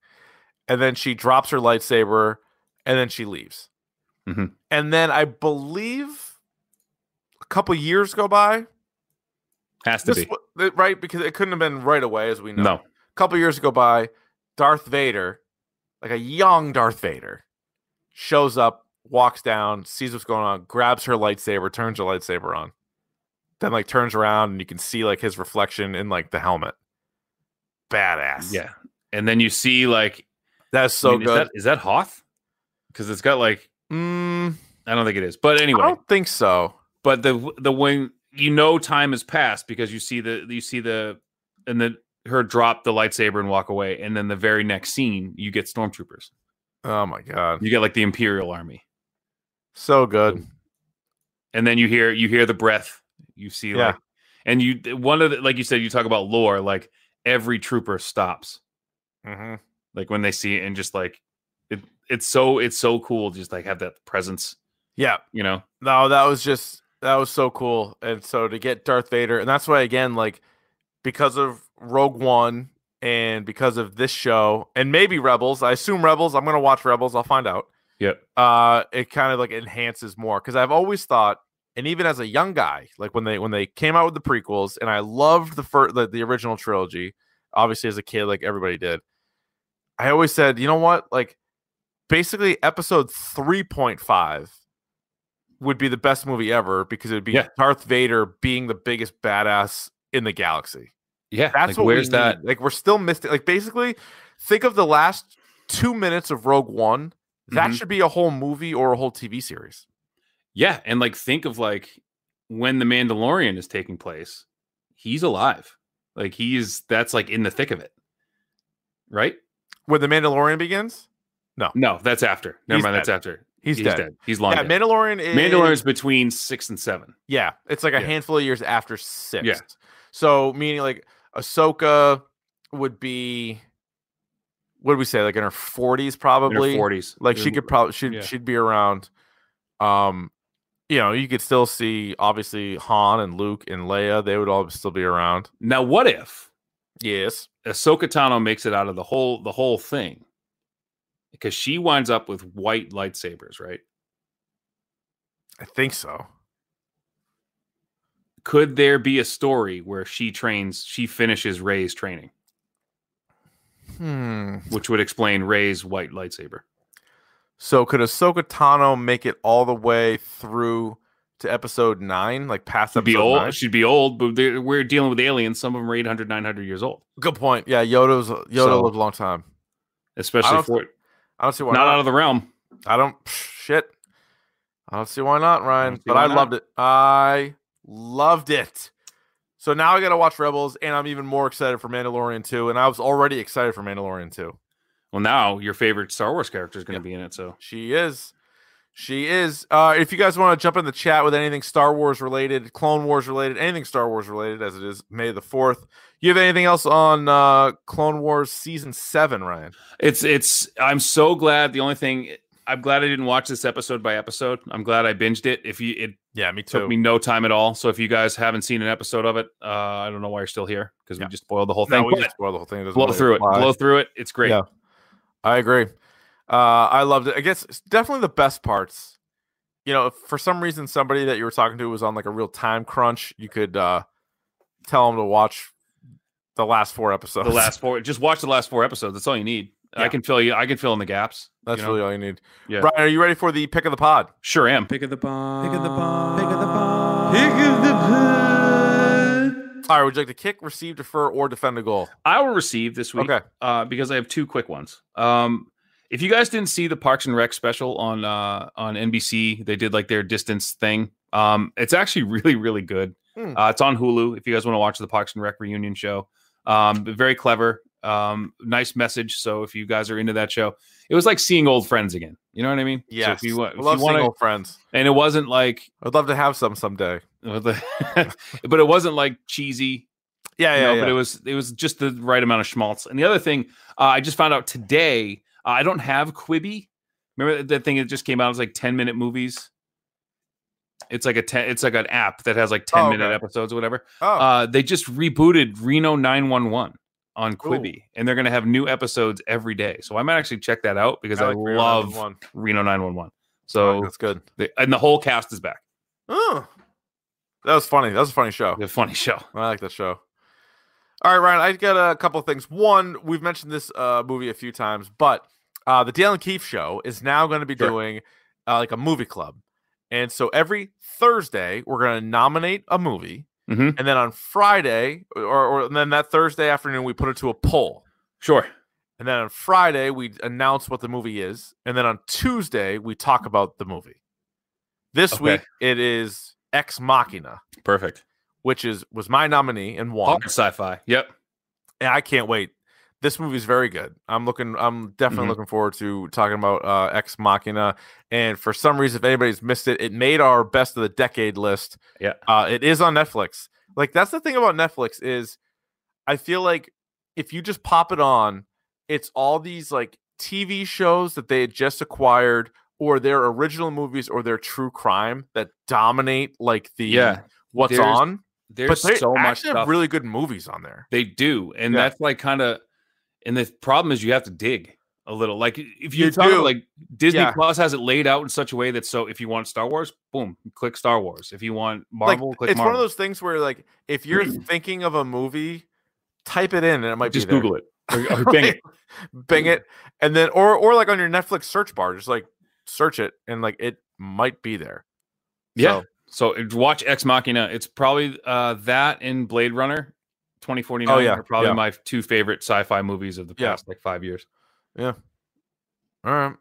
[SPEAKER 3] And then she drops her lightsaber, and then she leaves.
[SPEAKER 4] Mhm.
[SPEAKER 3] And then I believe a couple years go by.
[SPEAKER 4] Has to
[SPEAKER 3] This
[SPEAKER 4] be
[SPEAKER 3] wa- th- right because it couldn't have been right away, as we know.
[SPEAKER 4] no.
[SPEAKER 3] A couple years go by. Darth Vader, like a young Darth Vader, shows up, walks down, sees what's going on, grabs her lightsaber, turns her lightsaber on, then like turns around and you can see like his reflection in like the helmet. Badass.
[SPEAKER 4] Yeah. And then you see like
[SPEAKER 3] that's
[SPEAKER 4] I
[SPEAKER 3] so
[SPEAKER 4] mean,
[SPEAKER 3] good.
[SPEAKER 4] Is that, is that Hoth? Because it's got like
[SPEAKER 3] Mm,
[SPEAKER 4] I don't think it is, but anyway.
[SPEAKER 3] I don't think so.
[SPEAKER 4] but the the when you know time has passed because you see the you see the and then her drop the lightsaber and walk away and then the very next scene you get stormtroopers
[SPEAKER 3] Oh my god,
[SPEAKER 4] you get like the imperial army
[SPEAKER 3] so good.
[SPEAKER 4] and then you hear you hear the breath you see
[SPEAKER 3] Yeah.
[SPEAKER 4] like and you one of the like you said you talk about lore like every trooper stops
[SPEAKER 3] Mhm.
[SPEAKER 4] like when they see it and just like It it's so it's so cool just like have that presence,
[SPEAKER 3] Yeah.
[SPEAKER 4] you know.
[SPEAKER 3] No, that was just that was so cool. And so to get Darth Vader, and that's why again, like because of Rogue One and because of this show, and maybe Rebels, I assume Rebels, I'm gonna watch Rebels, I'll find out.
[SPEAKER 4] Yep.
[SPEAKER 3] Uh it kind of like enhances more because I've always thought, and even as a young guy, like when they when they came out with the prequels, and I loved the first the, the original trilogy, obviously as a kid, like everybody did. I always said, you know what? Like basically episode 3.5 would be the best movie ever because it would be
[SPEAKER 4] Yeah.
[SPEAKER 3] Darth Vader being the biggest badass in the galaxy.
[SPEAKER 4] Yeah.
[SPEAKER 3] That's
[SPEAKER 4] like,
[SPEAKER 3] what
[SPEAKER 4] where's
[SPEAKER 3] we
[SPEAKER 4] that?
[SPEAKER 3] need. Like we're still missed it. Like basically, think of the last two minutes of Rogue One. That
[SPEAKER 4] Mhm.
[SPEAKER 3] should be a whole movie or a whole TV series.
[SPEAKER 4] Yeah, and like think of like when the Mandalorian is taking place, he's alive. Like he's that's like in the thick of it. Right?
[SPEAKER 3] When the Mandalorian begins,
[SPEAKER 4] No, that's after. Never
[SPEAKER 3] He's
[SPEAKER 4] mind, that's after.
[SPEAKER 3] he's, dead.
[SPEAKER 4] He's long
[SPEAKER 3] Yeah,
[SPEAKER 4] dead.
[SPEAKER 3] Mandalorian is
[SPEAKER 4] Mandalorian's between six and seven.
[SPEAKER 3] Yeah, it's like a
[SPEAKER 4] Yeah.
[SPEAKER 3] handful of years after six. So meaning like Ahsoka would be, what did we say? Like in her forties, probably.
[SPEAKER 4] forties.
[SPEAKER 3] Like she could probably she'd
[SPEAKER 4] yeah.
[SPEAKER 3] she'd be around. Um, you know, you could still see obviously Han and Luke and Leia. They would all still be around.
[SPEAKER 4] now what if
[SPEAKER 3] Yes.
[SPEAKER 4] Ahsoka Tano makes it out of the whole the whole thing? Because she winds up with white lightsabers, right?
[SPEAKER 3] I think so.
[SPEAKER 4] Could there be a story where she trains, she finishes Ray's training,
[SPEAKER 3] Hmm.
[SPEAKER 4] which would explain Ray's white lightsaber?
[SPEAKER 3] So could Ahsoka Tano make it all the way through to episode nine, like past
[SPEAKER 4] She'd be
[SPEAKER 3] episode
[SPEAKER 4] old.
[SPEAKER 3] nine?
[SPEAKER 4] She'd be old, but they're- we're dealing with aliens. Some of them are 800, 900 years old,
[SPEAKER 3] Good point. Yeah, Yoda's Yoda
[SPEAKER 4] So-
[SPEAKER 3] lived a long time.
[SPEAKER 4] especially
[SPEAKER 3] don't
[SPEAKER 4] for
[SPEAKER 3] I don't see why
[SPEAKER 4] not out of the realm.
[SPEAKER 3] I don't shit. I don't see why not, Ryan.
[SPEAKER 4] see
[SPEAKER 3] But
[SPEAKER 4] why
[SPEAKER 3] I
[SPEAKER 4] not.
[SPEAKER 3] loved it. I loved it. So now I gotta watch Rebels, and I'm even more excited for Mandalorian 2. And I was already excited for Mandalorian 2.
[SPEAKER 4] Well, now your favorite Star Wars character is going
[SPEAKER 3] Yeah.
[SPEAKER 4] to be in it. So
[SPEAKER 3] She is. She is. Uh, if you guys want to jump in the chat with anything Star Wars related, Clone Wars related, anything Star Wars related, as it is May the 4th. You have anything else on uh, Clone Wars season seven, Ryan?
[SPEAKER 4] It's it's I'm so glad the only thing I'm glad I didn't watch this episode by episode. I'm glad I binged it. If you it
[SPEAKER 3] Yeah, me
[SPEAKER 4] took me no time at all. So if you guys haven't seen an episode of it, uh I don't know why you're still here because
[SPEAKER 3] Yeah.
[SPEAKER 4] we just boiled the whole
[SPEAKER 3] No,
[SPEAKER 4] thing.
[SPEAKER 3] we
[SPEAKER 4] But
[SPEAKER 3] just spoiled the whole thing. doesn't
[SPEAKER 4] blow
[SPEAKER 3] really
[SPEAKER 4] through it.
[SPEAKER 3] apply.
[SPEAKER 4] Blow through it. It's great.
[SPEAKER 3] Yeah. I agree. Uh, I loved it. I guess it's definitely the best parts. You know, if for some reason somebody that you were talking to was on like a real time crunch, you could uh, tell them to watch the last four episodes.
[SPEAKER 4] The last four just watch the last four episodes. That's all you need.
[SPEAKER 3] Yeah.
[SPEAKER 4] I can fill you I can fill in the gaps. you
[SPEAKER 3] That's
[SPEAKER 4] know?
[SPEAKER 3] really all you need.
[SPEAKER 4] Yeah.
[SPEAKER 3] Brian, are you ready for the pick of the pod?
[SPEAKER 4] sure am.
[SPEAKER 5] Pick of the bomb. Pick of the bomb. Pick of the
[SPEAKER 3] All right, would you like to kick, receive, defer, or defend a goal?
[SPEAKER 4] I will receive this week
[SPEAKER 3] Okay.
[SPEAKER 4] uh, because I have two quick ones. Um, if you guys didn't see the Parks and Rec special on uh, on NBC, they did like their distance thing. Um, it's actually really really good.
[SPEAKER 3] Hmm.
[SPEAKER 4] Uh, it's on Hulu if you guys want to watch the Parks and Rec reunion show. Um, but very clever, um, nice message. So if you guys are into that show, it was like seeing old friends again. You know what I mean? So
[SPEAKER 3] Yes.
[SPEAKER 4] if you, wa- if
[SPEAKER 3] I love
[SPEAKER 4] you want
[SPEAKER 3] seeing
[SPEAKER 4] to,
[SPEAKER 3] old friends.
[SPEAKER 4] and it wasn't like,
[SPEAKER 3] I'd love to have some someday.
[SPEAKER 4] but it wasn't like cheesy.
[SPEAKER 3] Yeah,
[SPEAKER 4] you
[SPEAKER 3] yeah,
[SPEAKER 4] know,
[SPEAKER 3] yeah.
[SPEAKER 4] but it was it was just the right amount of schmaltz. And the other thing, uh, I just found out today, uh, I don't have Quibi. Remember that- that thing that just came out? It's like ten minute movies. It's like a ten, it's like an app that has like ten
[SPEAKER 3] Oh,
[SPEAKER 4] minute
[SPEAKER 3] okay.
[SPEAKER 4] episodes or whatever.
[SPEAKER 3] oh,
[SPEAKER 4] Uh, they just rebooted Reno nine one one on Quibi, and they're gonna have new episodes every day. So I might actually check that out because
[SPEAKER 3] I
[SPEAKER 4] I,
[SPEAKER 3] like Reno
[SPEAKER 4] love
[SPEAKER 3] 911.
[SPEAKER 4] Reno nine one one.
[SPEAKER 3] I like-
[SPEAKER 4] So
[SPEAKER 3] that's good.
[SPEAKER 4] they, and the whole cast is back.
[SPEAKER 3] Oh, that was funny. That was a funny show.
[SPEAKER 4] It's a funny show.
[SPEAKER 3] I like that show. All right, Ryan, I got a couple of things. One, we've mentioned this uh, movie a few times, but uh, the Dale and Keefe show is now going to be
[SPEAKER 4] Sure.
[SPEAKER 3] doing uh, like a movie club. And so every Thursday, we're going to nominate a movie.
[SPEAKER 4] Mhm.
[SPEAKER 3] And then on Friday, or, or and then that Thursday afternoon, we put it to a poll.
[SPEAKER 4] Sure.
[SPEAKER 3] And then on Friday, we announce what the movie is. And then on Tuesday, we talk about the movie. This
[SPEAKER 4] Okay.
[SPEAKER 3] week, it is Ex Machina,
[SPEAKER 4] Perfect.
[SPEAKER 3] which is was my nominee and won.
[SPEAKER 4] Hard sci-fi.
[SPEAKER 3] Mm-hmm.
[SPEAKER 4] Yep.
[SPEAKER 3] Yeah, I can't wait. This movie's very good. I'm looking. I'm definitely
[SPEAKER 4] Mhm.
[SPEAKER 3] looking forward to talking about uh, Ex Machina. And for some reason, if anybody's missed it, it made our best of the decade list.
[SPEAKER 4] Yeah.
[SPEAKER 3] uh, it is on Netflix. Like that's the thing about Netflix is, I feel like if you just pop it on, it's all these like TV shows that they had just acquired or their original movies or their true crime that dominate like the
[SPEAKER 4] Yeah.
[SPEAKER 3] what's
[SPEAKER 4] There's-
[SPEAKER 3] on.
[SPEAKER 4] There's
[SPEAKER 3] but they
[SPEAKER 4] so much
[SPEAKER 3] actually
[SPEAKER 4] stuff.
[SPEAKER 3] have really good movies on there.
[SPEAKER 4] They do, and
[SPEAKER 3] Yeah.
[SPEAKER 4] that's like kind of, and the problem is you have to dig a little. Like if
[SPEAKER 3] You
[SPEAKER 4] you're talking
[SPEAKER 3] do.
[SPEAKER 4] like Disney
[SPEAKER 3] Yeah.
[SPEAKER 4] Plus has it laid out in such a way that so if you want Star Wars, boom, click Star Wars. If you want Marvel,
[SPEAKER 3] like
[SPEAKER 4] click
[SPEAKER 3] it's
[SPEAKER 4] Marvel.
[SPEAKER 3] one of those things where like if you're thinking of a movie, type it in and it might
[SPEAKER 4] Just
[SPEAKER 3] be there.
[SPEAKER 4] Google it or, or bang it.
[SPEAKER 3] Bing it, and then or or like on your Netflix search bar, just like search it and like it might be there.
[SPEAKER 4] Yeah.
[SPEAKER 3] So,
[SPEAKER 4] So, it- watch Ex Machina. It's probably uh, that and Blade Runner. 2049
[SPEAKER 3] Oh, yeah,
[SPEAKER 4] are probably
[SPEAKER 3] yeah.
[SPEAKER 4] my two favorite sci-fi movies of the
[SPEAKER 3] Yeah.
[SPEAKER 4] past like five years.
[SPEAKER 3] all right.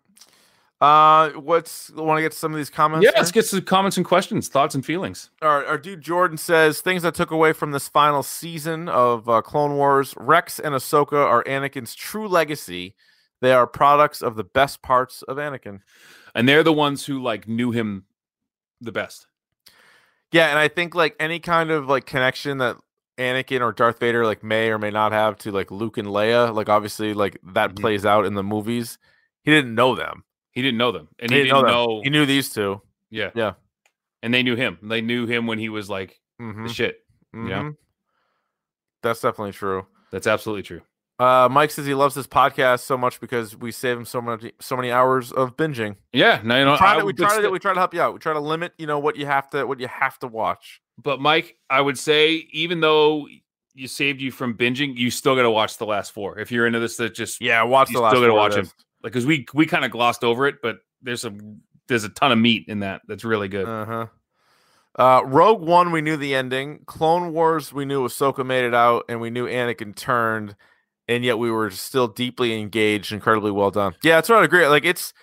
[SPEAKER 3] Uh, what's want to get to some of these comments?
[SPEAKER 4] yeah,
[SPEAKER 3] here?
[SPEAKER 4] let's get some comments and questions, thoughts and feelings.
[SPEAKER 3] our, our dude Jordan says things I took away from this final season of uh, Clone Wars. Rex and Ahsoka are Anakin's true legacy. They are products of the best parts of Anakin.
[SPEAKER 4] And they're the ones who like knew him the best.
[SPEAKER 3] Yeah, and I think like any kind of like connection that Anakin or Darth Vader like may or may not have to like Luke and Leia, like obviously like that
[SPEAKER 4] Mhm.
[SPEAKER 3] plays out in the movies. He didn't know them.
[SPEAKER 4] He didn't know them, and
[SPEAKER 3] He
[SPEAKER 4] he
[SPEAKER 3] didn't know
[SPEAKER 4] didn't
[SPEAKER 3] them.
[SPEAKER 4] know.
[SPEAKER 3] He knew these 2
[SPEAKER 4] Yeah.
[SPEAKER 3] Yeah.
[SPEAKER 4] And they knew him. They knew him when he was like the
[SPEAKER 3] Mm-hmm.
[SPEAKER 4] shit. Yeah.
[SPEAKER 3] That's definitely true.
[SPEAKER 4] That's absolutely true.
[SPEAKER 3] Uh, Mike says he loves this podcast so much because we save him so much, so many hours of binging.
[SPEAKER 4] Yeah. No, you know,
[SPEAKER 3] try
[SPEAKER 4] I
[SPEAKER 3] to, we
[SPEAKER 4] would
[SPEAKER 3] try to
[SPEAKER 4] st-
[SPEAKER 3] we try to help you out. We try to limit, you know, what you have to what you have to watch.
[SPEAKER 4] but Mike, I would say even though you saved you from binging, you still got to watch the last four. If you're into this, that just
[SPEAKER 3] Yeah, watch
[SPEAKER 4] You
[SPEAKER 3] the last.
[SPEAKER 4] still gotta
[SPEAKER 3] four
[SPEAKER 4] watch
[SPEAKER 3] of
[SPEAKER 4] him. like because we we kind of glossed over it, but there's some there's a ton of meat in that. That's really
[SPEAKER 3] this.
[SPEAKER 4] good.
[SPEAKER 3] Uh-huh. Uh, Rogue One, we knew the ending. Clone Wars, we knew Ahsoka made it out, and we knew Anakin turned, and yet we were still deeply engaged. Incredibly well done. Yeah, that's what I agree. Like it's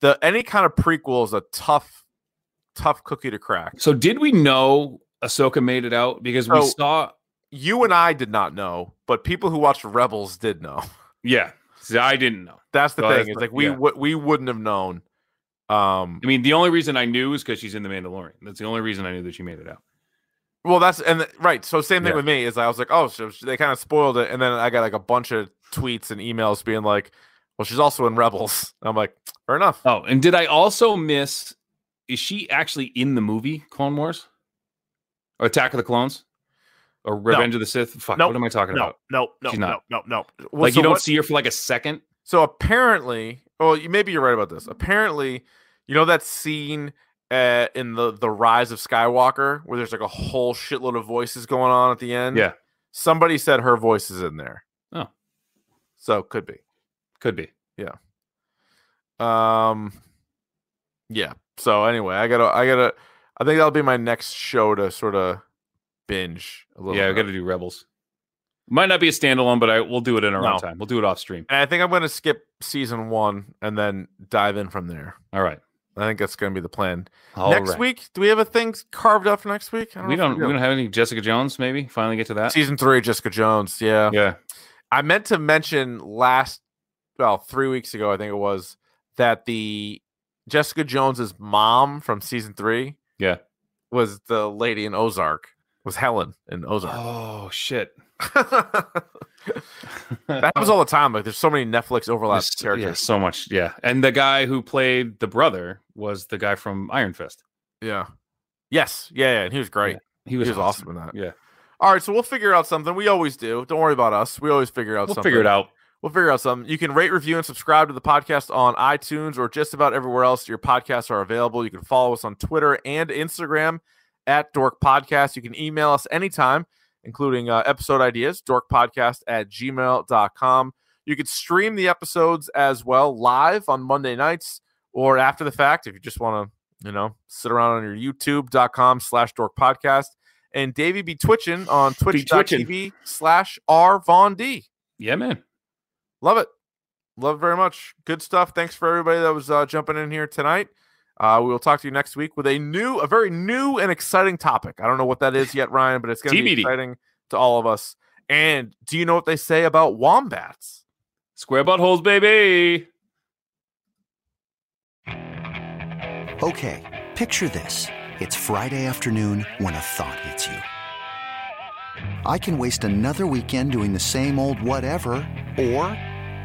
[SPEAKER 3] the any kind of prequel is a tough, tough cookie to crack.
[SPEAKER 4] so did we know Ahsoka made it out because we
[SPEAKER 3] So-
[SPEAKER 4] saw?
[SPEAKER 3] You and I did not know, but people who watched Rebels did know.
[SPEAKER 4] Yeah. See, I didn't know.
[SPEAKER 3] That's the
[SPEAKER 4] So
[SPEAKER 3] thing.
[SPEAKER 4] Oh, that's
[SPEAKER 3] it's
[SPEAKER 4] the-
[SPEAKER 3] like we
[SPEAKER 4] yeah.
[SPEAKER 3] would we wouldn't have known. Um,
[SPEAKER 4] I mean, the only reason I knew is because she's in the Mandalorian. That's the only reason I knew that she made it out.
[SPEAKER 3] Well, that's and th- right. So same thing
[SPEAKER 4] Yeah.
[SPEAKER 3] with me is I was like, oh, so sh- they kind of spoiled it, and then I got like a bunch of tweets and emails being like, well, she's also in Rebels. And I'm like, fair enough.
[SPEAKER 4] Oh, and did I also miss? Is she actually in the movie Clone Wars or Attack of the Clones or Revenge of the Sith? Fuck,
[SPEAKER 3] Nope.
[SPEAKER 4] what am I talking about?
[SPEAKER 3] no, no,
[SPEAKER 4] She's not.
[SPEAKER 3] no, no.
[SPEAKER 4] like
[SPEAKER 3] so
[SPEAKER 4] you don't
[SPEAKER 3] what-
[SPEAKER 4] see her for like a second.
[SPEAKER 3] So apparently, well, you, maybe you're right about this. Apparently, you know that scene uh, in the the Rise of Skywalker where there's like a whole shitload of voices going on at the end.
[SPEAKER 4] Yeah.
[SPEAKER 3] somebody said her voice is in there.
[SPEAKER 4] Oh.
[SPEAKER 3] so could be.
[SPEAKER 4] Could be.
[SPEAKER 3] Um, yeah. So anyway, I gotta, I gotta, I think that'll be my next show to sort of binge a little.
[SPEAKER 4] Yeah, we
[SPEAKER 3] bit.
[SPEAKER 4] got to do Rebels. Might not be a standalone, but I we'll do it in our
[SPEAKER 3] No.
[SPEAKER 4] own time. We'll do it off stream.
[SPEAKER 3] And I think I'm gonna skip season one and then dive in from there.
[SPEAKER 4] All right.
[SPEAKER 3] I think that's gonna be the plan.
[SPEAKER 4] All
[SPEAKER 3] next
[SPEAKER 4] right.
[SPEAKER 3] week, do we have a thing carved up for next week? I know
[SPEAKER 4] we
[SPEAKER 3] if
[SPEAKER 4] don't we
[SPEAKER 3] do.
[SPEAKER 4] don't have any Jessica Jones. Maybe finally get to that.
[SPEAKER 3] Season three, Jessica Jones. Yeah.
[SPEAKER 4] yeah.
[SPEAKER 3] I meant to mention last, well, three weeks ago, I think it was, that the Jessica Jones's mom from season three,
[SPEAKER 4] Yeah.
[SPEAKER 3] was the lady in Ozark, was Helen in Ozark.
[SPEAKER 4] Oh shit.
[SPEAKER 3] that was all the time. Like, there's so many Netflix overlap
[SPEAKER 4] There's- Yeah,
[SPEAKER 3] characters.
[SPEAKER 4] so much. Yeah. And the guy who played the brother was the guy from Iron Fist.
[SPEAKER 3] Yeah. Yes. Yeah, yeah. And he was great.
[SPEAKER 4] He
[SPEAKER 3] He was,
[SPEAKER 4] was,
[SPEAKER 3] awesome. in that.
[SPEAKER 4] Yeah.
[SPEAKER 3] All right. So we'll figure out something. We always do. Don't worry about us. We always figure out
[SPEAKER 4] We'll
[SPEAKER 3] something.
[SPEAKER 4] figure it out.
[SPEAKER 3] We'll figure out something. You can rate, review, and subscribe to the podcast on iTunes or just about everywhere else your podcasts are available. You can follow us on Twitter and Instagram at Dork Podcast. You can email us anytime, including uh, episode ideas, dorkpodcast at gmail.com. You can stream the episodes as well live on Monday nights or after the fact if you just want to, you know, sit around on your youtube.com slash dork podcast. And Davey be twitching on
[SPEAKER 4] twitching.
[SPEAKER 3] twitch.tv slash R Von D.
[SPEAKER 4] Yeah, man.
[SPEAKER 3] Love it. Love it very much. Good stuff. Thanks for everybody that was uh, jumping in here tonight. Uh, we will talk to you next week with a new, a very new and exciting topic. I don't know what that is yet, Ryan, but it's going to be
[SPEAKER 4] TBD.
[SPEAKER 3] exciting to all of us. And do you know what they say about wombats?
[SPEAKER 4] Square buttholes, baby.
[SPEAKER 6] Okay, picture this. It's Friday afternoon when a thought hits you. I can waste another weekend doing the same old whatever, or